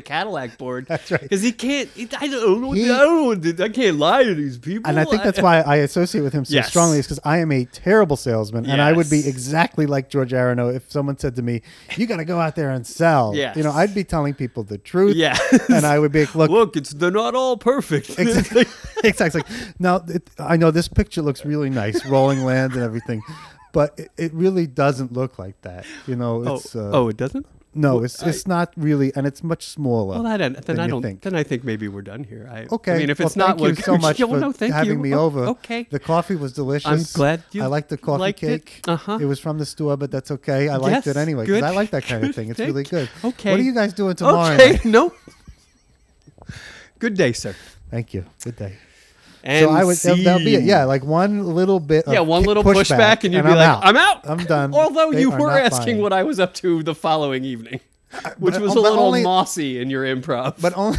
S2: Cadillac board. That's
S1: right.
S2: Because he can't. He, I don't know. what-
S1: He-
S2: I, don't know what to- I can't lie to these people.
S1: And I think that's why I associate with him so
S2: Yes.
S1: strongly is because I am a terrible salesman, and I would be
S2: Yes.
S1: exactly like George Arano if someone said to me, "You got to go out there and sell."
S2: Yes.
S1: You know, I'd be telling people the truth.
S2: Yeah.
S1: and I would be like, "Look,
S2: Look, it's they're not all perfect.
S1: exactly, exactly. Now it, I know this picture looks really nice, rolling lands and everything, but it, it really doesn't look like that. You know,
S2: oh,
S1: it's uh,
S2: oh, it doesn't.
S1: No, it's it's not really, and it's much smaller.
S2: Well, I don't, then
S1: than
S2: I
S1: you
S2: don't.
S1: think.
S2: Then I think maybe we're done here. I,
S1: okay.
S2: I mean, if
S1: well,
S2: it's not
S1: thank
S2: what
S1: you so much
S2: Yeah,
S1: for
S2: well, no, thank
S1: having
S2: you.
S1: me
S2: O-
S1: over.
S2: Okay.
S1: the coffee was delicious.
S2: glad you
S1: I liked the coffee
S2: liked it.
S1: cake.
S2: Uh-huh.
S1: It was from the store, but that's okay. I liked
S2: Yes,
S1: it anyway
S2: good-
S1: because I like that kind of
S2: good
S1: thing. It's
S2: thing.
S1: really good. What
S2: Okay.
S1: are you guys doing tomorrow?
S2: okay.
S1: night?
S2: Nope. Good day, sir.
S1: Thank you. Good day.
S2: And
S1: so I would that-
S2: see
S1: that'll be it.
S2: you.
S1: Yeah, like one little bit.
S2: yeah,
S1: of
S2: one
S1: ki-
S2: little pushback, and you'd be
S1: I'm
S2: like,
S1: out.
S2: "I'm out,
S1: I'm done."
S2: Although
S1: They
S2: you
S1: are
S2: were
S1: not
S2: asking
S1: buying.
S2: what I was up to the following evening, which
S1: but- oh,
S2: was
S1: but
S2: a little
S1: only-
S2: mossy in your improv.
S1: but only,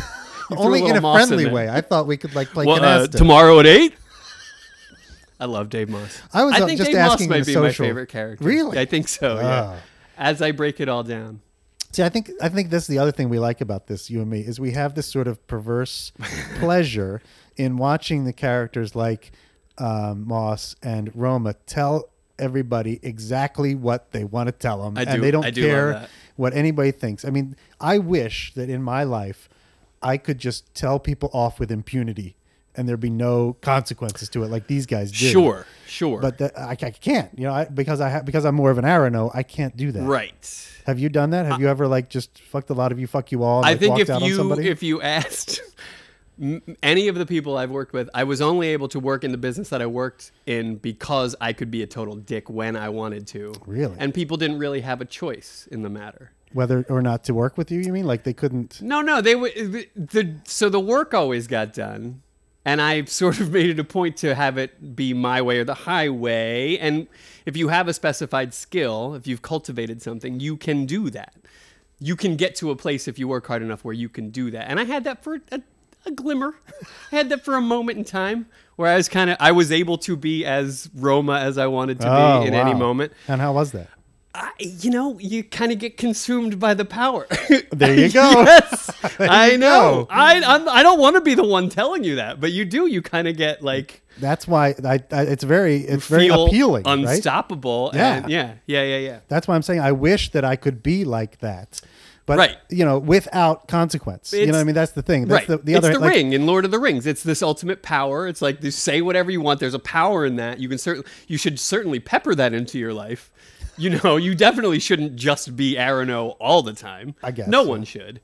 S2: threw a
S1: only in
S2: little
S1: a
S2: moss in
S1: friendly
S2: there.
S1: way. I thought we could like play
S2: well, uh,
S1: canasta.
S2: tomorrow at eight. I love Dave Moss.
S1: I was uh,
S2: think
S1: just
S2: Dave
S1: asking
S2: Moss
S1: in
S2: might
S1: a
S2: be
S1: social.
S2: my favorite character.
S1: Really?
S2: I think so.
S1: Ah.
S2: Yeah. As I break it all down.
S1: See, I think I think that's the other thing we like about this, you and me, is we have this sort of perverse pleasure in watching the characters like um, Moss and Roma tell everybody exactly what they want to tell them,
S2: I
S1: and
S2: do-
S1: they don't
S2: I do love
S1: care
S2: that.
S1: what anybody thinks. I mean, I wish that in my life I could just tell people off with impunity, and there'd be no consequences to it, like these guys do.
S2: Sure, sure.
S1: but that, I, I can't, you know, I, because I ha- because I'm more of an Arano, I can't do that.
S2: right.
S1: Have you done that? Have you ever like just fucked a lot of you, fuck you all? And,
S2: I
S1: like,
S2: think
S1: walked
S2: if
S1: out on
S2: you
S1: somebody?
S2: if you asked m- any of the people I've worked with, I was only able to work in the business that I worked in because I could be a total dick when I wanted to.
S1: Really?
S2: And people didn't really have a choice in the matter.
S1: whether or not to work with you, you mean like they couldn't?
S2: No, no, they would the, the so the work always got done, and I sort of made it a point to have it be my way or the highway. And if you have a specified skill, if you've cultivated something, you can do that. You can get to a place if you work hard enough where you can do that. And I had that for a, a glimmer. I had that for a moment in time where I was kind of I was able to be as Roma as I wanted to
S1: Oh,
S2: be in any
S1: wow.
S2: moment.
S1: And how was that?
S2: I, you know, you kind of get consumed by the power.
S1: There you go.
S2: yes, I
S1: you go.
S2: know. I I'm, I don't want to be the one telling you that, but you do. You kind of get like
S1: That's why I, I, it's very it's very
S2: feel
S1: appealing, right?
S2: unstoppable.
S1: Yeah.
S2: and yeah, yeah, yeah, yeah.
S1: That's why I'm saying I wish that I could be like that, but
S2: Right.
S1: you know, without consequence. you know,
S2: It's-
S1: what I mean, that's the thing. That's
S2: right.
S1: the, the
S2: it's
S1: other
S2: the
S1: like,
S2: ring in Lord of the Rings. It's this ultimate power. It's like you say whatever you want. There's a power in that. You can certainly you should certainly pepper that into your life. You know, you definitely shouldn't just be Arano all the time.
S1: I guess,
S2: no
S1: yeah.
S2: one should.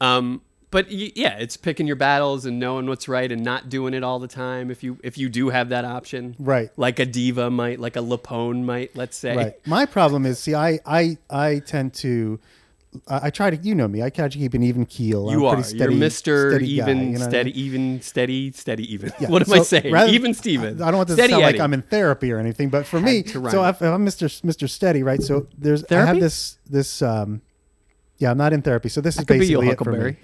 S2: Um, but y- yeah, it's picking your battles and knowing what's right and not doing it all the time. If you if you do have that option,
S1: Right.
S2: Like a diva might, like a Lapone might, let's say.
S1: Right. My problem is, see, I, I, I tend to, I, I try to, you know me, I try to keep an even keel. I'm
S2: You
S1: a
S2: are.
S1: pretty steady,
S2: You're Mr.
S1: steady guy,
S2: even,
S1: you know what I
S2: steady,
S1: mean?
S2: even, steady, steady, even.
S1: Yeah,
S2: What am I
S1: so
S2: saying?
S1: rather-
S2: even Steven.
S1: I, I don't want this
S2: steady
S1: to sound
S2: Eddie.
S1: like I'm in therapy or anything, but for me,
S2: to rhyme
S1: so
S2: it.
S1: I've, I'm Mr. S- Mr. Steady, right? So there's I have
S2: Therapy?
S1: this this um, yeah, I'm not in therapy, so this is
S2: I could be
S1: basically
S2: your
S1: it for me.
S2: Huckleberry.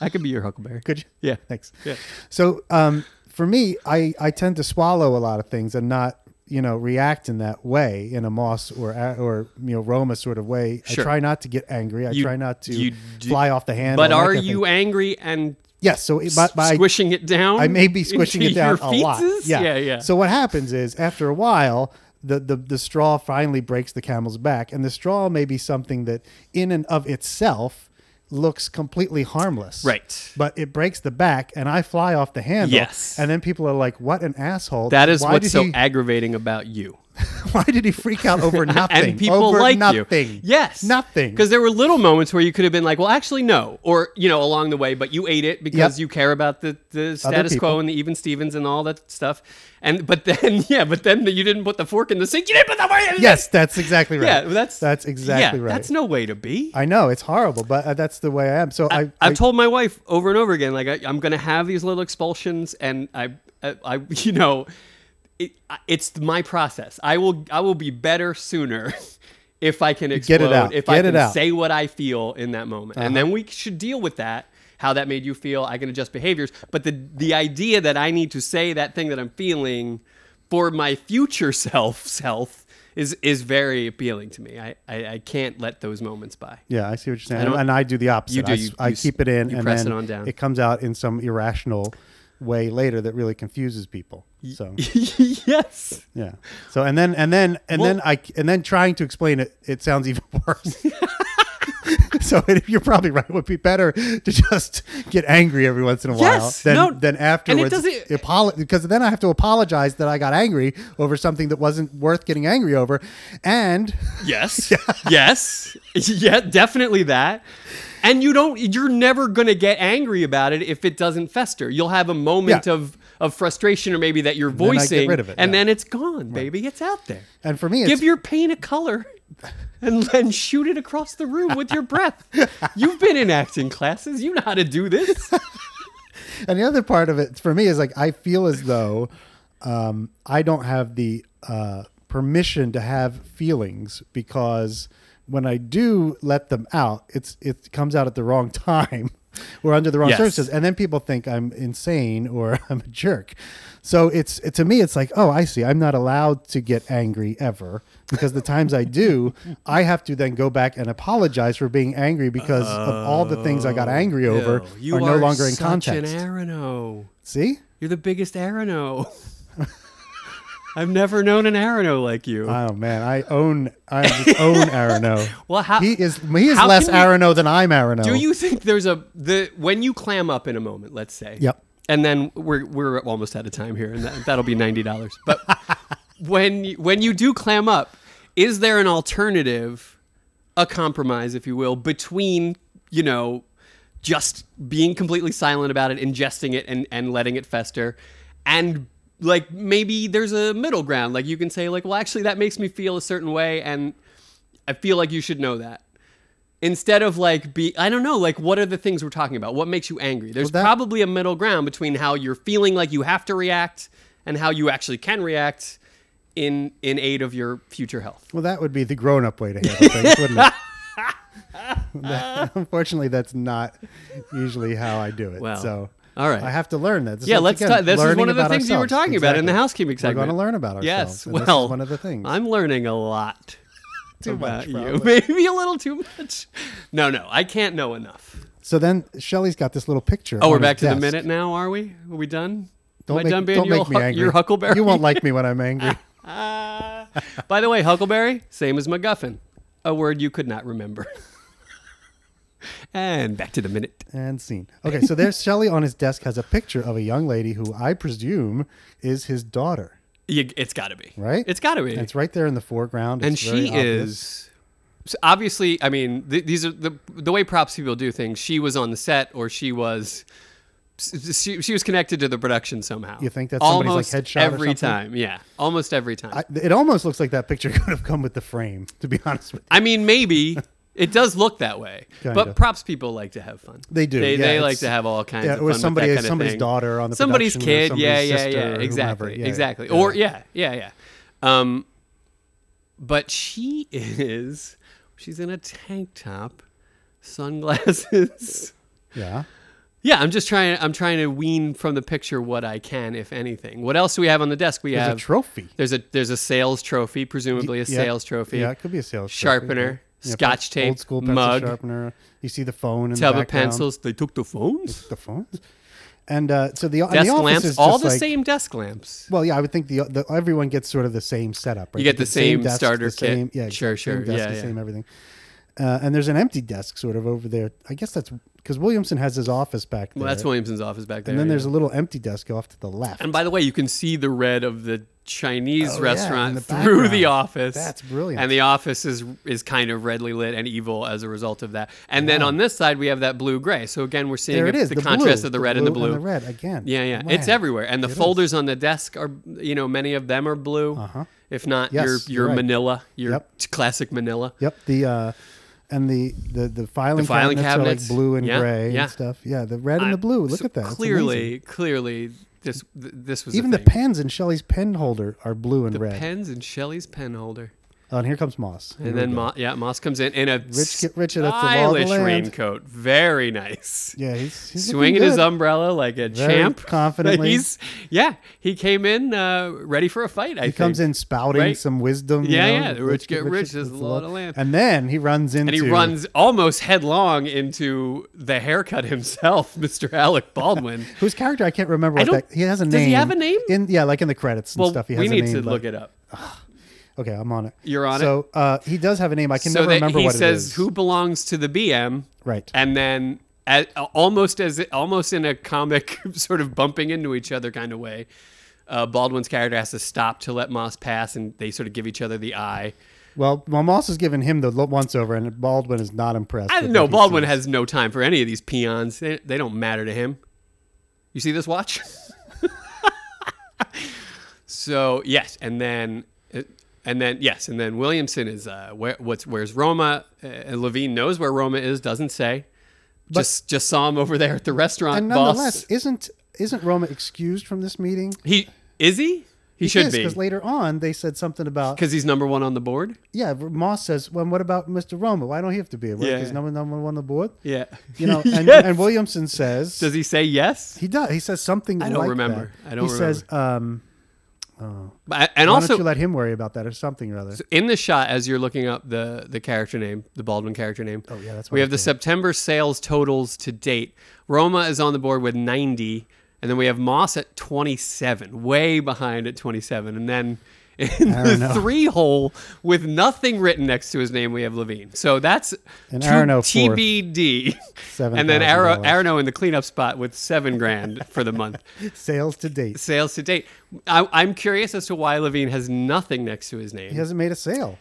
S2: I could be your Huckleberry.
S1: Could you?
S2: Yeah.
S1: Thanks.
S2: Yeah.
S1: So um, for me, I I tend to swallow a lot of things and not you know react in that way in a moss or a- or you know Roma sort of way.
S2: Sure.
S1: I try not to get angry. I
S2: You-
S1: try not to
S2: you do-
S1: fly off the handle.
S2: But
S1: that
S2: are
S1: kind of thing.
S2: you angry and
S1: Yes. So it- by, by
S2: squishing it down?
S1: I may be squishing
S2: Oh, into
S1: it down
S2: your
S1: a lot.
S2: feetses?
S1: Yeah.
S2: yeah, yeah.
S1: So what happens is after a while, the, the the straw finally breaks the camel's back, and the straw may be something that in and of itself looks completely harmless.
S2: Right.
S1: But it breaks the back and I fly off the handle.
S2: Yes.
S1: And then people are like, What an asshole.
S2: that is
S1: why
S2: what's
S1: did
S2: so
S1: he,
S2: aggravating about you.
S1: why did he freak out over nothing?
S2: and people
S1: over
S2: like
S1: nothing.
S2: you. Yes,
S1: Nothing.
S2: Because there were little moments where you could have been like, "Well, actually, no," or you know, along the way. But you ate it because
S1: Yep.
S2: you care about the the status quo
S1: people.
S2: and the even Stevens and all that stuff. And but then yeah, but then you didn't put the fork in the sink. You didn't put the fork. in the
S1: Yes, that's exactly right.
S2: Yeah, that's
S1: that's exactly
S2: yeah,
S1: right.
S2: That's no way to be.
S1: I know it's horrible, but uh, that's the way I am. So I, I,
S2: I've told my wife over and over again, like I, I'm going to have these little expulsions, and I, I, I you know, it, I- it's my process. I will, I will be better sooner if I can explode.
S1: it out.
S2: If I
S1: Get it
S2: can
S1: out. Uh-huh.
S2: say what I feel in that moment, and then we should deal with that. How that made you feel. I can adjust behaviors, but the the idea that I need to say that thing that I'm feeling for my future self self is is very appealing to me. I, I, I can't let those moments by.
S1: Yeah, I see what you're saying.
S2: I don't-
S1: and I do the opposite.
S2: You do,
S1: I,
S2: you-
S1: I
S2: you s-
S1: keep it in
S2: you
S1: and
S2: press
S1: then
S2: it on down.
S1: comes out in some irrational way later that really confuses people. So
S2: yes.
S1: yeah. So and then and then and
S2: Well-
S1: then I and then trying to explain it, it sounds even worse. so it, you're probably right. It would be better to just get angry every once in a while
S2: Yes,
S1: than,
S2: no,
S1: than afterwards.
S2: doesn't- e
S1: apolo- because then I have to apologize that I got angry over something that wasn't worth getting angry over. And
S2: Yes. Yes. Yeah, definitely that. And you don't you're never going to get angry about it if it doesn't fester. You'll have a moment
S1: Yeah.
S2: of of frustration or maybe that you're
S1: then I get
S2: voicing
S1: rid of it,
S2: and
S1: yeah.
S2: then it's gone, baby. It's out there.
S1: and for me, it's,
S2: Give your pain a color and then shoot it across the room with your breath. You've been in acting classes. You know how to do this.
S1: and the other part of it for me is like I feel as though um, I don't have the uh, permission to have feelings because when I do let them out, it's it comes out at the wrong time or under the wrong
S2: Yes.
S1: circumstances, and then people think I'm insane or I'm a jerk. So it's it, to me, it's like oh, I see. I'm not allowed to get angry ever because the times I do, I have to then go back and apologize for being angry because of all the things I got angry over
S2: Bill, Oh. you
S1: are no longer in
S2: such
S1: context.
S2: An Arano.
S1: See?
S2: You're the biggest Arano. I've never known an Arano like you.
S1: Oh man, I own I just own Arano.
S2: Well, how-
S1: he is he is
S2: how
S1: less
S2: can you-
S1: Arano than I'm Arano.
S2: Do you think there's a the when you clam up in a moment, let's say.
S1: Yep.
S2: And then we're we're almost out of time here, and that, that'll be ninety dollars. But when you- when you do clam up, is there an alternative, a compromise, if you will, between you know just being completely silent about it, ingesting it, and and letting it fester, and like maybe there's a middle ground. Like you can say like, well, actually, that makes me feel a certain way, and I feel like you should know that. Instead of like be I don't know, like what are the things we're talking about? What makes you angry? There's
S1: that-
S2: probably a middle ground between how you're feeling like you have to react and how you actually can react in in aid of your future health.
S1: Well, that would be the grown-up way to handle things, wouldn't it? That- unfortunately, that's not usually how I do it.
S2: Well,
S1: so
S2: all right.
S1: I have to learn that. This
S2: yeah,
S1: is,
S2: let's
S1: again,
S2: talk. This is
S1: learning
S2: one of the
S1: about
S2: things you were
S1: ourselves.
S2: talking about in the
S1: Exactly.
S2: housekeeping
S1: We're
S2: segment.
S1: going to learn about ourselves.
S2: Yes,
S1: and this is
S2: well,
S1: one of the things.
S2: I'm learning a lot
S1: Too much,
S2: about you.
S1: probably.
S2: Maybe a little too much. No, no, I can't know enough.
S1: So then Shelley's got this little picture.
S2: Oh,
S1: on
S2: we're
S1: his
S2: back to the
S1: desk.
S2: minute now, are we? Are we done?
S1: Don't
S2: Am I
S1: make,
S2: done being
S1: don't
S2: your,
S1: make me
S2: Huck-
S1: angry.
S2: your Huckleberry?
S1: You won't like me when I'm angry.
S2: Ah. By the way, Huckleberry, same as MacGuffin, a word you could not remember. and back to the minute.
S1: And scene. Okay, so there's Shelley on his desk has a picture of a young lady who I presume is his daughter,
S2: You, it's got to be
S1: right?
S2: It's got to be.
S1: It's right there in the foreground.
S2: and
S1: It's very
S2: she
S1: obvious.
S2: is so obviously. I mean, th- these are the the way props people do things. She was on the set, or she was. She, she was connected to the production somehow.
S1: You think that's somebody's, like,
S2: almost
S1: headshot or
S2: every
S1: something?
S2: time? Yeah, almost every time.
S1: I, it almost looks like that picture could have come with the frame, to be honest with you.
S2: I mean, maybe it does look that way,
S1: Kinda.
S2: but props people like to have fun.
S1: They do,
S2: They,
S1: yeah,
S2: they
S1: it's-
S2: like to have all kinds
S1: yeah,
S2: of
S1: it
S2: fun.
S1: was
S2: with
S1: somebody-
S2: that kinda
S1: somebody's
S2: thing.
S1: daughter on the
S2: somebody's
S1: production or
S2: kid. yeah,
S1: somebody's
S2: yeah,
S1: sister or
S2: yeah,
S1: whomever,
S2: exactly,
S1: yeah, yeah,
S2: exactly.
S1: yeah.
S2: Or yeah, yeah, yeah. Um, but she is. She's in a tank top, sunglasses.
S1: Yeah.
S2: yeah, I'm just trying. I'm trying to wean from the picture what I can, if anything. What else do we have on the desk? We
S1: There's
S2: have
S1: a trophy.
S2: There's a there's a sales trophy, presumably a
S1: Yeah.
S2: sales trophy.
S1: Yeah, it could be a sales trophy,
S2: Sharpener,
S1: yeah. Yeah,
S2: scotch tape,
S1: old school pencil
S2: mug.
S1: sharpener. You see the phone in
S2: tub
S1: the
S2: of
S1: background.
S2: pencils. They took the phones,
S1: The phones. And uh, so the, and the
S2: desk
S1: office
S2: lamps,
S1: is
S2: all
S1: just
S2: the
S1: like-
S2: same desk lamps.
S1: Well, yeah, I would think the, the everyone gets sort of the same setup. Right?
S2: You get the same
S1: desk,
S2: starter
S1: the
S2: kit.
S1: Same, yeah,
S2: Sure,
S1: same
S2: sure.
S1: desk,
S2: Yeah,
S1: the
S2: yeah.
S1: same everything. Uh, and there's an empty desk sort of over there. I guess that's because Williamson has his office back there.
S2: Well, that's Williamson's office back there.
S1: and then
S2: yeah.
S1: there's a little empty desk off to the left.
S2: and by the way, you can see the red of the Chinese
S1: Oh, yeah, in
S2: restaurant
S1: the
S2: through the
S1: background.
S2: office.
S1: That's brilliant.
S2: And the office is is kind of redly lit and evil as a result of that. And then on this side we have that blue gray. So again, we're seeing
S1: there it
S2: a-
S1: is.
S2: the,
S1: blue,
S2: contrast of the red and the blue.
S1: the red again.
S2: Yeah, yeah.
S1: Wow.
S2: It's everywhere. And the
S1: It is.
S2: folders on the desk are, you know, many of them are blue.
S1: Uh-huh.
S2: If not,
S1: Yes,
S2: your your
S1: you're right.
S2: manila, your
S1: Yep.
S2: t- classic manila.
S1: Yep. The uh, and the the the filing,
S2: filing
S1: cabinets,
S2: cabinets.
S1: are like blue and
S2: Yeah,
S1: gray
S2: yeah.
S1: and stuff. Yeah, the red and the
S2: I-
S1: blue. Look
S2: so
S1: at that. It's amazing.
S2: Clearly, clearly, this th- this was
S1: even
S2: a
S1: the
S2: thing.
S1: pens in Shelley's pen holder are blue and
S2: The
S1: red.
S2: pens in Shelley's pen holder.
S1: oh, and here comes Moss. Here
S2: And
S1: we
S2: then,
S1: go.
S2: Mo- yeah, Moss comes in in a
S1: Rich get richer, that's the law of the
S2: stylish
S1: land.
S2: raincoat. Very nice.
S1: Yeah, he's, he's looking
S2: Swinging his
S1: good.
S2: umbrella like a
S1: Very
S2: champ.
S1: confidently.
S2: He's, yeah, he came in uh, ready for a fight, I
S1: He
S2: think.
S1: comes in spouting
S2: Right?
S1: some wisdom. you
S2: Yeah,
S1: know,
S2: yeah, the rich get rich
S1: is
S2: is
S1: the
S2: the law of the land.
S1: And then he runs into.
S2: And he runs almost headlong into the haircut himself, Mr. Alec Baldwin.
S1: Whose character I can't remember.
S2: I
S1: What
S2: don't-
S1: that, he has a name.
S2: does he have a name?
S1: In yeah, like in the credits and
S2: well,
S1: stuff. He has
S2: we
S1: a
S2: need
S1: name,
S2: to
S1: but
S2: look it up.
S1: Okay, I'm on it.
S2: You're on
S1: so, it. So uh, he does have a name. I can
S2: so
S1: never
S2: that
S1: remember
S2: he
S1: what it
S2: says
S1: is.
S2: who belongs to the BM,
S1: Right.
S2: and then at, almost as almost in a comic sort of bumping into each other kind of way, uh, Baldwin's character has to stop to let Moss pass, and they sort of give each other the eye.
S1: Well, well, Moss has given him the once over, and Baldwin is not impressed.
S2: I
S1: with
S2: don't know.
S1: what he
S2: Baldwin
S1: sees.
S2: has no time for any of these peons. They, they don't matter to him. You see this watch? so yes, and then uh, and then yes, and then Williamson is uh, where what's where's Roma? Uh, and Levine knows where Roma is. Doesn't say. just just saw him over there at the restaurant.
S1: And nonetheless,
S2: boss.
S1: isn't isn't Roma excused from this meeting?
S2: he is he. He, should be
S1: because later on they said something about
S2: because he's number one on the board.
S1: yeah. Moss says, "Well, what about Mr. Roma? Why don't he have to be? Right?
S2: Yeah.
S1: He's number number one on the board."
S2: Yeah,
S1: You know, and,
S2: Yes.
S1: and Williamson says
S2: does he say yes?
S1: he does. He says something.
S2: I don't
S1: like
S2: remember.
S1: that.
S2: I don't
S1: He says, um,
S2: But- And
S1: "Why
S2: also,
S1: don't you let him worry about that or something or other?"
S2: in the shot as you're looking up the the character name, the Baldwin character name.
S1: Oh, yeah, that's what
S2: we
S1: I
S2: have the
S1: thought.
S2: September sales totals to date. Roma is on the board with 90, and then we have Moss at 27, way behind at 27, and then in
S1: Aronow.
S2: the three hole with nothing written next to his name, we have Levine. So that's
S1: And
S2: true
S1: Aronow fourth.
S2: TBD.
S1: Seven
S2: and then
S1: thousand
S2: Aro-
S1: dollars.
S2: Aronow in the cleanup spot with seven grand for the month
S1: Sales to date.
S2: sales to date. I- I'm curious as to why Levine has nothing next to his name
S1: He hasn't made a sale.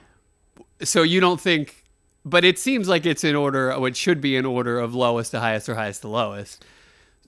S2: so you don't think but it seems like it's in order oh, it should be in order of lowest to highest or highest to lowest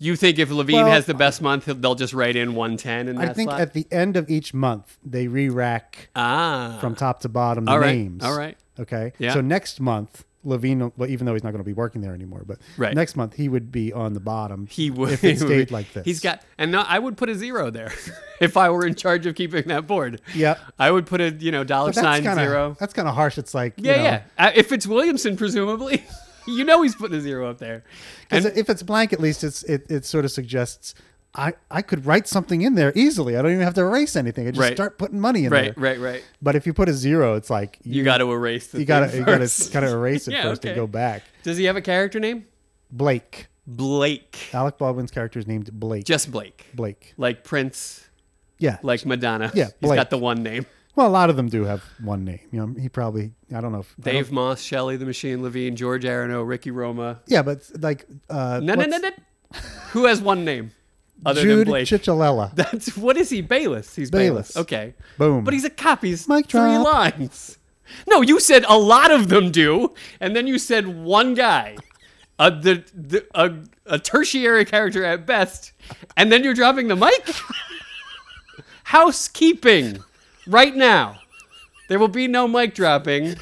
S2: you think if levine
S1: Well,
S2: has the best month he'll- they'll just write in 110 and
S1: I
S2: that's
S1: think at the end of each month they re-rack
S2: ah
S1: from top to bottom the
S2: all right,
S1: names.
S2: all right.
S1: Okay.
S2: Yeah.
S1: So next month, Levine, well, even though he's not going to be working there anymore, but
S2: Right.
S1: next month he would be on the bottom.
S2: he would
S1: if it stayed like this.
S2: he's got and no, i would put a zero there if i were in charge of keeping that board
S1: Yeah.
S2: i would put a you know dollar
S1: But
S2: sign
S1: that's kind
S2: zero
S1: of that's kind of harsh. It's like you
S2: yeah
S1: know,
S2: yeah Uh, if it's williamson presumably you know he's putting a zero up there
S1: 'cause if it's blank, at least it's it, it sort of suggests I I could write something in there easily. I don't even have to erase anything. I just
S2: Right.
S1: start putting money in there.
S2: right right right
S1: But if you put a zero, it's like
S2: you got to erase the
S1: you got to
S2: thing
S1: you got to
S2: first.
S1: kind of erase it
S2: Yeah,
S1: first and
S2: okay.
S1: go back.
S2: does he have a character name
S1: Blake.
S2: Blake.
S1: Alec Baldwin's character is named Blake.
S2: Just Blake.
S1: Blake.
S2: Like Prince,
S1: Yeah.
S2: like Madonna.
S1: Yeah,
S2: He's
S1: Blake. Uh-huh.
S2: got the one name.
S1: Well, a lot of them do have one name. You know, he probably I don't know. If, I don't-
S2: Dave Moss, Shelley the Machine, Levine, George Arano, Ricky Roma.
S1: Yeah, but like uh,
S2: No, no,
S1: what's-
S2: no, no. Who has one name other
S1: Jude
S2: than Blake?
S1: Chichalella.
S2: That's what is he? Bayless. He's Bayless.
S1: Bayless.
S2: Okay.
S1: Boom.
S2: But he's a cop. He's
S1: Mic
S2: three
S1: drop.
S2: lines. No, you said a lot of them do, and then you said one guy, a the, the a, a tertiary character at best, and then you're dropping the mic. Housekeeping, right now. There will be no mic dropping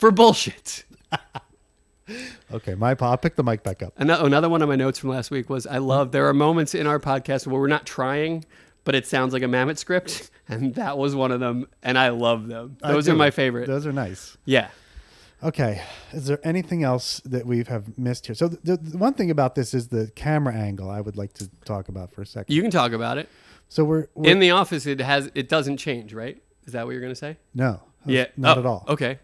S2: for bullshit.
S1: Okay, my paw. I'll pick the mic back up.
S2: Ano- Another one of my notes from last week was I love there are moments in our podcast where we're not trying, but it sounds like a mammoth script, and that was one of them, and I love them.
S1: I
S2: Those are
S1: do.
S2: my favorite.
S1: Those are nice.
S2: yeah.
S1: Okay, is there anything else that we have missed here? So the, the one thing about this is the camera angle. I would like to talk about for a second.
S2: You can talk about it.
S1: so we're, we're
S2: In the office it has it doesn't change, right? Is that what you're gonna say?
S1: no,
S2: Yeah.
S1: not
S2: Oh,
S1: at all.
S2: Okay.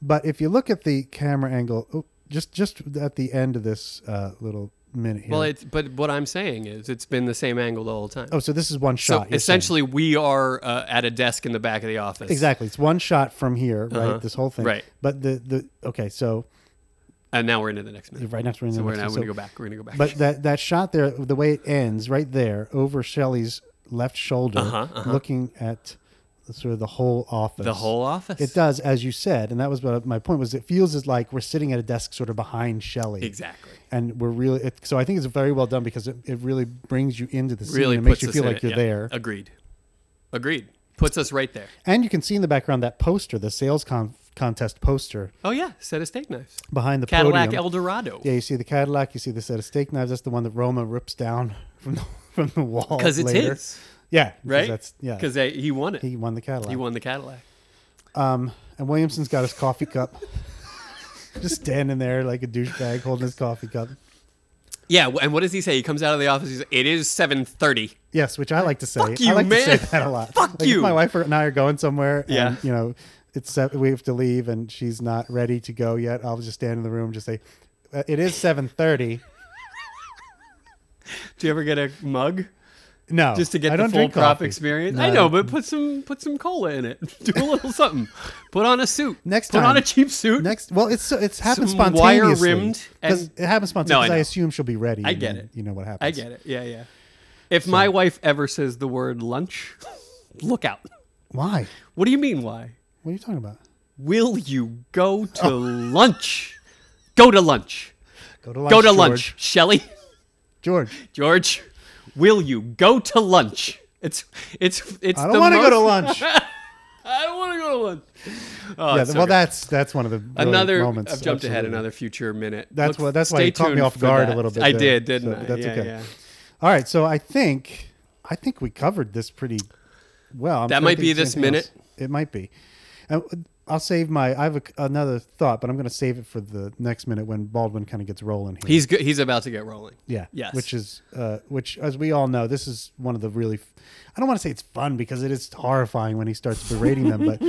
S1: But if you look at the camera angle, oh, just just at the end of this uh, little minute here.
S2: Well it's but what I'm saying is it's been the same angle the whole time.
S1: oh, so this is one
S2: so
S1: shot. you're saying.
S2: essentially we are uh, at a desk in the back of the office.
S1: exactly, it's one shot from here, right? This whole thing,
S2: Uh-huh. Right.
S1: But the the okay, so
S2: And now we're into the next minute.
S1: right after we're in the
S2: So we're
S1: next
S2: now
S1: one.
S2: we're
S1: So-
S2: gonna go back. We're gonna go back.
S1: But that that shot there, the way it ends, right there over Shelley's left shoulder,
S2: Uh-huh, uh-huh.
S1: looking at sort of the whole office.
S2: the whole office.
S1: It does, as you said, and that was what my point was. It feels as like we're sitting at a desk, sort of behind Shelley.
S2: Exactly.
S1: And we're really it, so I think it's very well done because it, it really brings you into the scene
S2: really
S1: and makes
S2: puts
S1: you
S2: us
S1: feel
S2: in
S1: like
S2: it,
S1: you're
S2: yeah.
S1: there.
S2: Agreed. Agreed. Puts us right there.
S1: And you can see in the background that poster, the sales con- contest poster
S2: Oh yeah, set of steak knives.
S1: behind the
S2: Cadillac
S1: podium.
S2: Eldorado.
S1: yeah, you see the Cadillac, you see the set of steak knives. That's the one that Roma rips down from the, from the wall
S2: Because it's
S1: later.
S2: his,
S1: Yeah, because
S2: right?
S1: That's yeah.
S2: Because he won it.
S1: he won the Cadillac.
S2: he won the Cadillac.
S1: Um, and Williamson's got his coffee cup, just standing there like a douchebag holding his coffee cup.
S2: Yeah, w- and what does he say? He comes out of the office. He's like, it is seven thirty.
S1: Yes, which I like to say.
S2: Fuck you,
S1: I like to
S2: man.
S1: say that a lot.
S2: Fuck
S1: Like, if
S2: you.
S1: My wife and I are going somewhere. And,
S2: Yeah.
S1: You know, it's se- we have to leave, and she's not ready to go yet. I'll just stand in the room, and just say, "Uh, "It is seven thirty.
S2: Do you ever get a mug?
S1: No,
S2: just to get
S1: I
S2: the
S1: don't
S2: full
S1: drink
S2: prop
S1: coffee.
S2: experience.
S1: No,
S2: I know, but put some put some cola in it. Do a little something. Put on a suit.
S1: Next
S2: put on
S1: time.
S2: a cheap suit.
S1: Next, well, it's it's happened
S2: Some
S1: spontaneously.
S2: wire-rimmed
S1: 'Cause
S2: and-
S1: it happens spontaneously.
S2: No, I
S1: 'cause I,
S2: know.
S1: assume she'll be ready.
S2: I
S1: and
S2: get
S1: then
S2: it.
S1: You know what happens?
S2: I get it. Yeah, yeah. If my wife ever says the word lunch, look out.
S1: Why?
S2: What do you mean why?
S1: What are you talking about?
S2: Will you go to lunch? Go to lunch.
S1: Go to lunch.
S2: Go to
S1: George.
S2: lunch, Shelley.
S1: George.
S2: George, will you go to lunch? It's it's it's.
S1: I don't
S2: the
S1: want to go
S2: most-
S1: to lunch. yeah,
S2: I don't want to go to lunch. Oh, it's so
S1: well,
S2: good.
S1: that's that's one of the brilliant
S2: another.
S1: moments.
S2: I've jumped ahead
S1: Absolutely.
S2: another future minute.
S1: That's what- that's why
S2: stay
S1: you caught me
S2: tuned
S1: off
S2: for
S1: guard a
S2: that.
S1: little bit
S2: I
S1: there.
S2: did, didn't
S1: So
S2: I?
S1: that's
S2: yeah,
S1: okay.
S2: yeah.
S1: All right, so I think I think we covered this pretty well. I'm trying
S2: That
S1: to
S2: might
S1: think
S2: be
S1: if there's
S2: this
S1: anything
S2: minute.
S1: else. It might be. And I'll save my. I have a, another thought, but I'm going to save it for the next minute when Baldwin kind of gets rolling here.
S2: He's good. He's about to get rolling.
S1: yeah.
S2: Yes.
S1: Which is uh, which, as we all know, this is one of the really. f- I don't want to say it's fun because it is horrifying when he starts berating them, but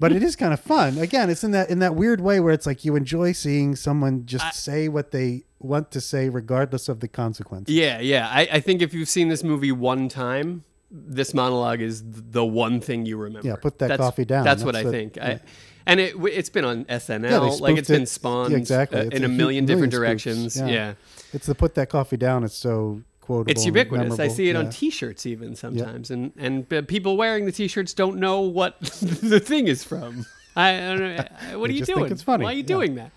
S1: but it is kind of fun. Again, it's in that in that weird way where it's like you enjoy seeing someone just say what they want to say, regardless of the consequence.
S2: Yeah, yeah. I, I think if you've seen this movie one time, this monologue is th- the one thing you remember.
S1: Yeah, put that
S2: That's-
S1: coffee down.
S2: That's, what
S1: That's the-
S2: I think. I, and it w- it's been on SNL.
S1: Yeah, they
S2: like
S1: spoofed
S2: it's been
S1: it.
S2: spawned
S1: Yeah, exactly.
S2: uh,
S1: It's
S2: in
S1: a
S2: a
S1: hu-
S2: million different
S1: million spoofs.
S2: directions.
S1: Yeah.
S2: Yeah.
S1: It's the put that coffee down. It's so quotable.
S2: It's
S1: and
S2: ubiquitous. I
S1: memorable.
S2: see it on
S1: Yeah.
S2: T-shirts even sometimes, and and uh, people wearing the T-shirts don't know what the thing is from. I, I don't know. I- What
S1: They
S2: are you
S1: just think
S2: doing?
S1: it's funny.
S2: Why are you
S1: Yeah.
S2: doing that?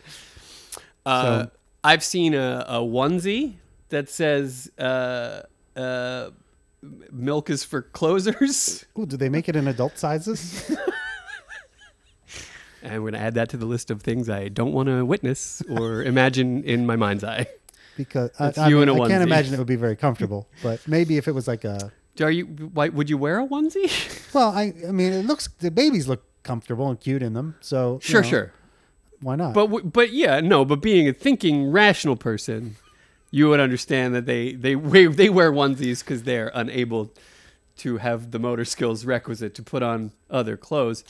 S2: Uh,
S1: So-
S2: I've seen a, a onesie that says uh, uh, "Milk is for closers,"
S1: Ooh, do they make it in adult sizes?
S2: and we're gonna add that to the list of things I don't want to witness or imagine in my mind's eye.
S1: Because I,
S2: It's
S1: I,
S2: you
S1: mean,
S2: in a
S1: I can't
S2: onesie.
S1: imagine it would be very comfortable. But maybe if it was like a
S2: Are you? Why would you wear a onesie?
S1: well, I I mean, it looks the babies look comfortable and cute in them. So you
S2: Sure,
S1: know,
S2: sure.
S1: Why not?
S2: But w- but yeah, no. But being a thinking, rational person, you would understand that they they wear, they wear onesies because they're unable to have the motor skills requisite to put on other clothes.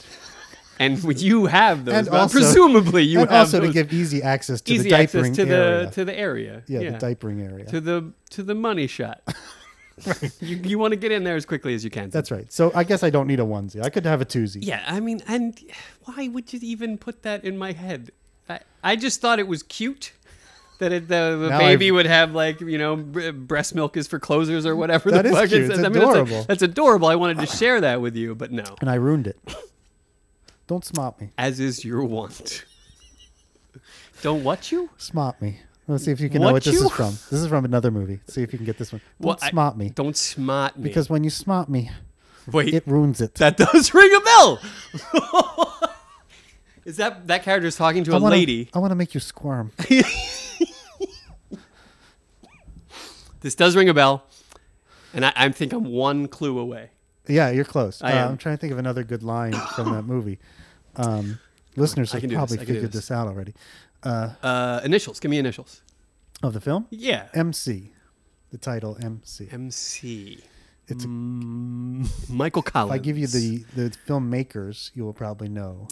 S2: And would you have those?
S1: And
S2: Well,
S1: also-
S2: presumably, you
S1: and
S2: have
S1: also to
S2: those
S1: give easy access to
S2: easy
S1: the diapering
S2: access to
S1: area.
S2: the to the area.
S1: yeah, the diapering area.
S2: to the to the money shot. You you want to get in there as quickly as you can.
S1: That's right. So I guess I don't need a onesie. I could have a twosie.
S2: Yeah, I mean, and why would you even put that in my head? I, I just thought it was cute that it, the, the
S1: Now
S2: baby
S1: I've-
S2: would have like you know bre- breast milk is for closers or whatever.
S1: That
S2: the
S1: is
S2: fuck
S1: cute.
S2: it
S1: It's
S2: says. I mean, that's a-
S1: adorable.
S2: That's, adorable. I wanted to share that with you, but no,
S1: And I ruined it. Don't smop me.
S2: as is your want. Don't what you?
S1: Smop me. Let's see if you can know
S2: What
S1: what this
S2: you-
S1: is from. This is from another movie. See if you can get this one. Don't
S2: Well, I-
S1: smop me.
S2: Don't smart me.
S1: Because when you smop me,
S2: wait,
S1: it ruins it.
S2: that does ring a bell. is that that character is talking to
S1: I
S2: a
S1: wanna,
S2: lady?
S1: I want to make you squirm.
S2: This does ring a bell, and I, I think I'm one clue away.
S1: yeah, you're close.
S2: I
S1: uh,
S2: am.
S1: I'm trying to think of another good line from that movie. Um, listeners
S2: I
S1: have
S2: can do this.
S1: probably
S2: I can do
S1: figured
S2: this.
S1: this. out already.
S2: Uh, initials. Give me initials.
S1: Of the film?
S2: Yeah.
S1: MC. The title MC.
S2: MC.
S1: It's a-
S2: Mm, Michael Collins.
S1: If I give you the, the filmmakers, you will probably know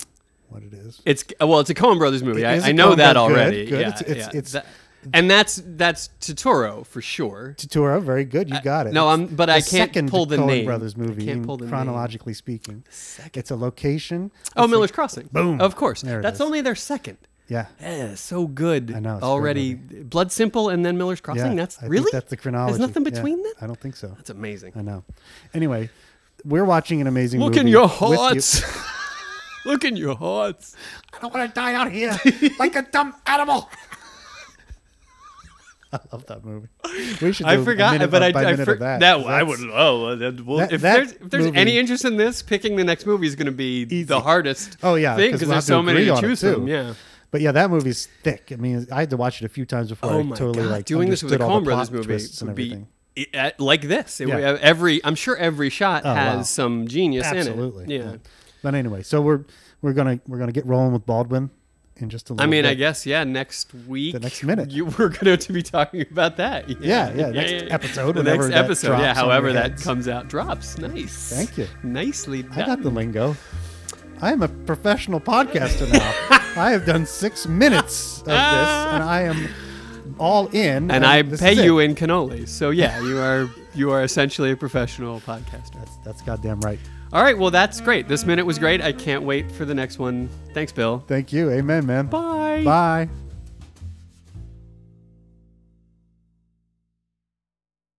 S1: what it is.
S2: It's well, it's a Coen Brothers movie.
S1: It
S2: I,
S1: is a
S2: I know
S1: Coen
S2: that
S1: Brothers- good,
S2: already.
S1: good.
S2: Yeah,
S1: It's- it's-
S2: yeah.
S1: it's-
S2: That- and that's that's Totoro for sure.
S1: Totoro, very good. You got it.
S2: no,
S1: It's
S2: I'm- but
S1: the
S2: I can't
S1: second
S2: pull the
S1: Coen
S2: name.
S1: Brothers
S2: I
S1: movie,
S2: can't
S1: in-
S2: pull the name.
S1: chronologically speaking.
S2: Second.
S1: It's a location.
S2: Oh,
S1: It's a-
S2: Miller's Crossing.
S1: Boom.
S2: Of course.
S1: There it
S2: That's
S1: is.
S2: only their second.
S1: Yeah.
S2: Yeah, so good.
S1: I know, it's a great
S2: already. Blood Simple and then Miller's
S1: yeah.
S2: Crossing. That's
S1: I think
S2: really.
S1: that's the chronology.
S2: There's nothing
S1: Yeah,
S2: between them.
S1: I don't think so.
S2: That's amazing.
S1: I know. Anyway, we're watching an amazing
S2: Look
S1: movie.
S2: in your
S1: with you.
S2: hearts. Look in your hearts.
S1: I don't want to die out here like a dumb animal. I love that movie. We should.
S2: I
S1: do a
S2: forgot,
S1: minute
S2: but
S1: of-
S2: I,
S1: by
S2: I
S1: minute
S2: for,
S1: of that.
S2: that
S1: That's-
S2: I would oh that, well,
S1: That-
S2: if
S1: that
S2: there's if there's
S1: movie-
S2: any interest in this, picking the next movie is going to be the hardest.
S1: Oh, yeah,
S2: thing
S1: 'cause
S2: because
S1: we'll have to
S2: there's so many
S1: agree
S2: to
S1: on it,
S2: choose from.
S1: too.
S2: Yeah.
S1: But yeah, that movie's thick. I mean, I had to watch it a few times before
S2: Oh
S1: I
S2: my
S1: totally
S2: god,
S1: like
S2: doing this with a
S1: understood all
S2: Coen
S1: the
S2: Brothers
S1: plot
S2: movie
S1: twists and
S2: would be
S1: everything.
S2: it- uh, like this. It would-
S1: Yeah. Oh,
S2: every I'm sure every shot has
S1: wow.
S2: some genius
S1: Absolutely.
S2: in it. Yeah.
S1: But anyway, so we're we're gonna we're gonna get rolling with Baldwin in just a little.
S2: I mean,
S1: bit.
S2: I guess yeah. Next week,
S1: next minute.
S2: you we're going to be talking about that.
S1: Yeah, yeah, next episode,
S2: the
S1: whenever
S2: next
S1: that
S2: episode,
S1: drops
S2: yeah.
S1: on
S2: However,
S1: your
S2: that
S1: heads.
S2: comes out, drops. Nice.
S1: Thank you.
S2: Nicely done.
S1: I got the lingo. I am a professional podcaster now. I have done six minutes of this, and I am all in.
S2: Ah. and I
S1: this
S2: pay
S1: is it.
S2: you in cannolis. So yeah, you are you are essentially a professional podcaster.
S1: That's, that's goddamn right.
S2: All right, well that's great. This minute was great. I can't wait for the next one. Thanks, Bill.
S1: Thank you. Amen, man.
S2: Bye.
S1: Bye.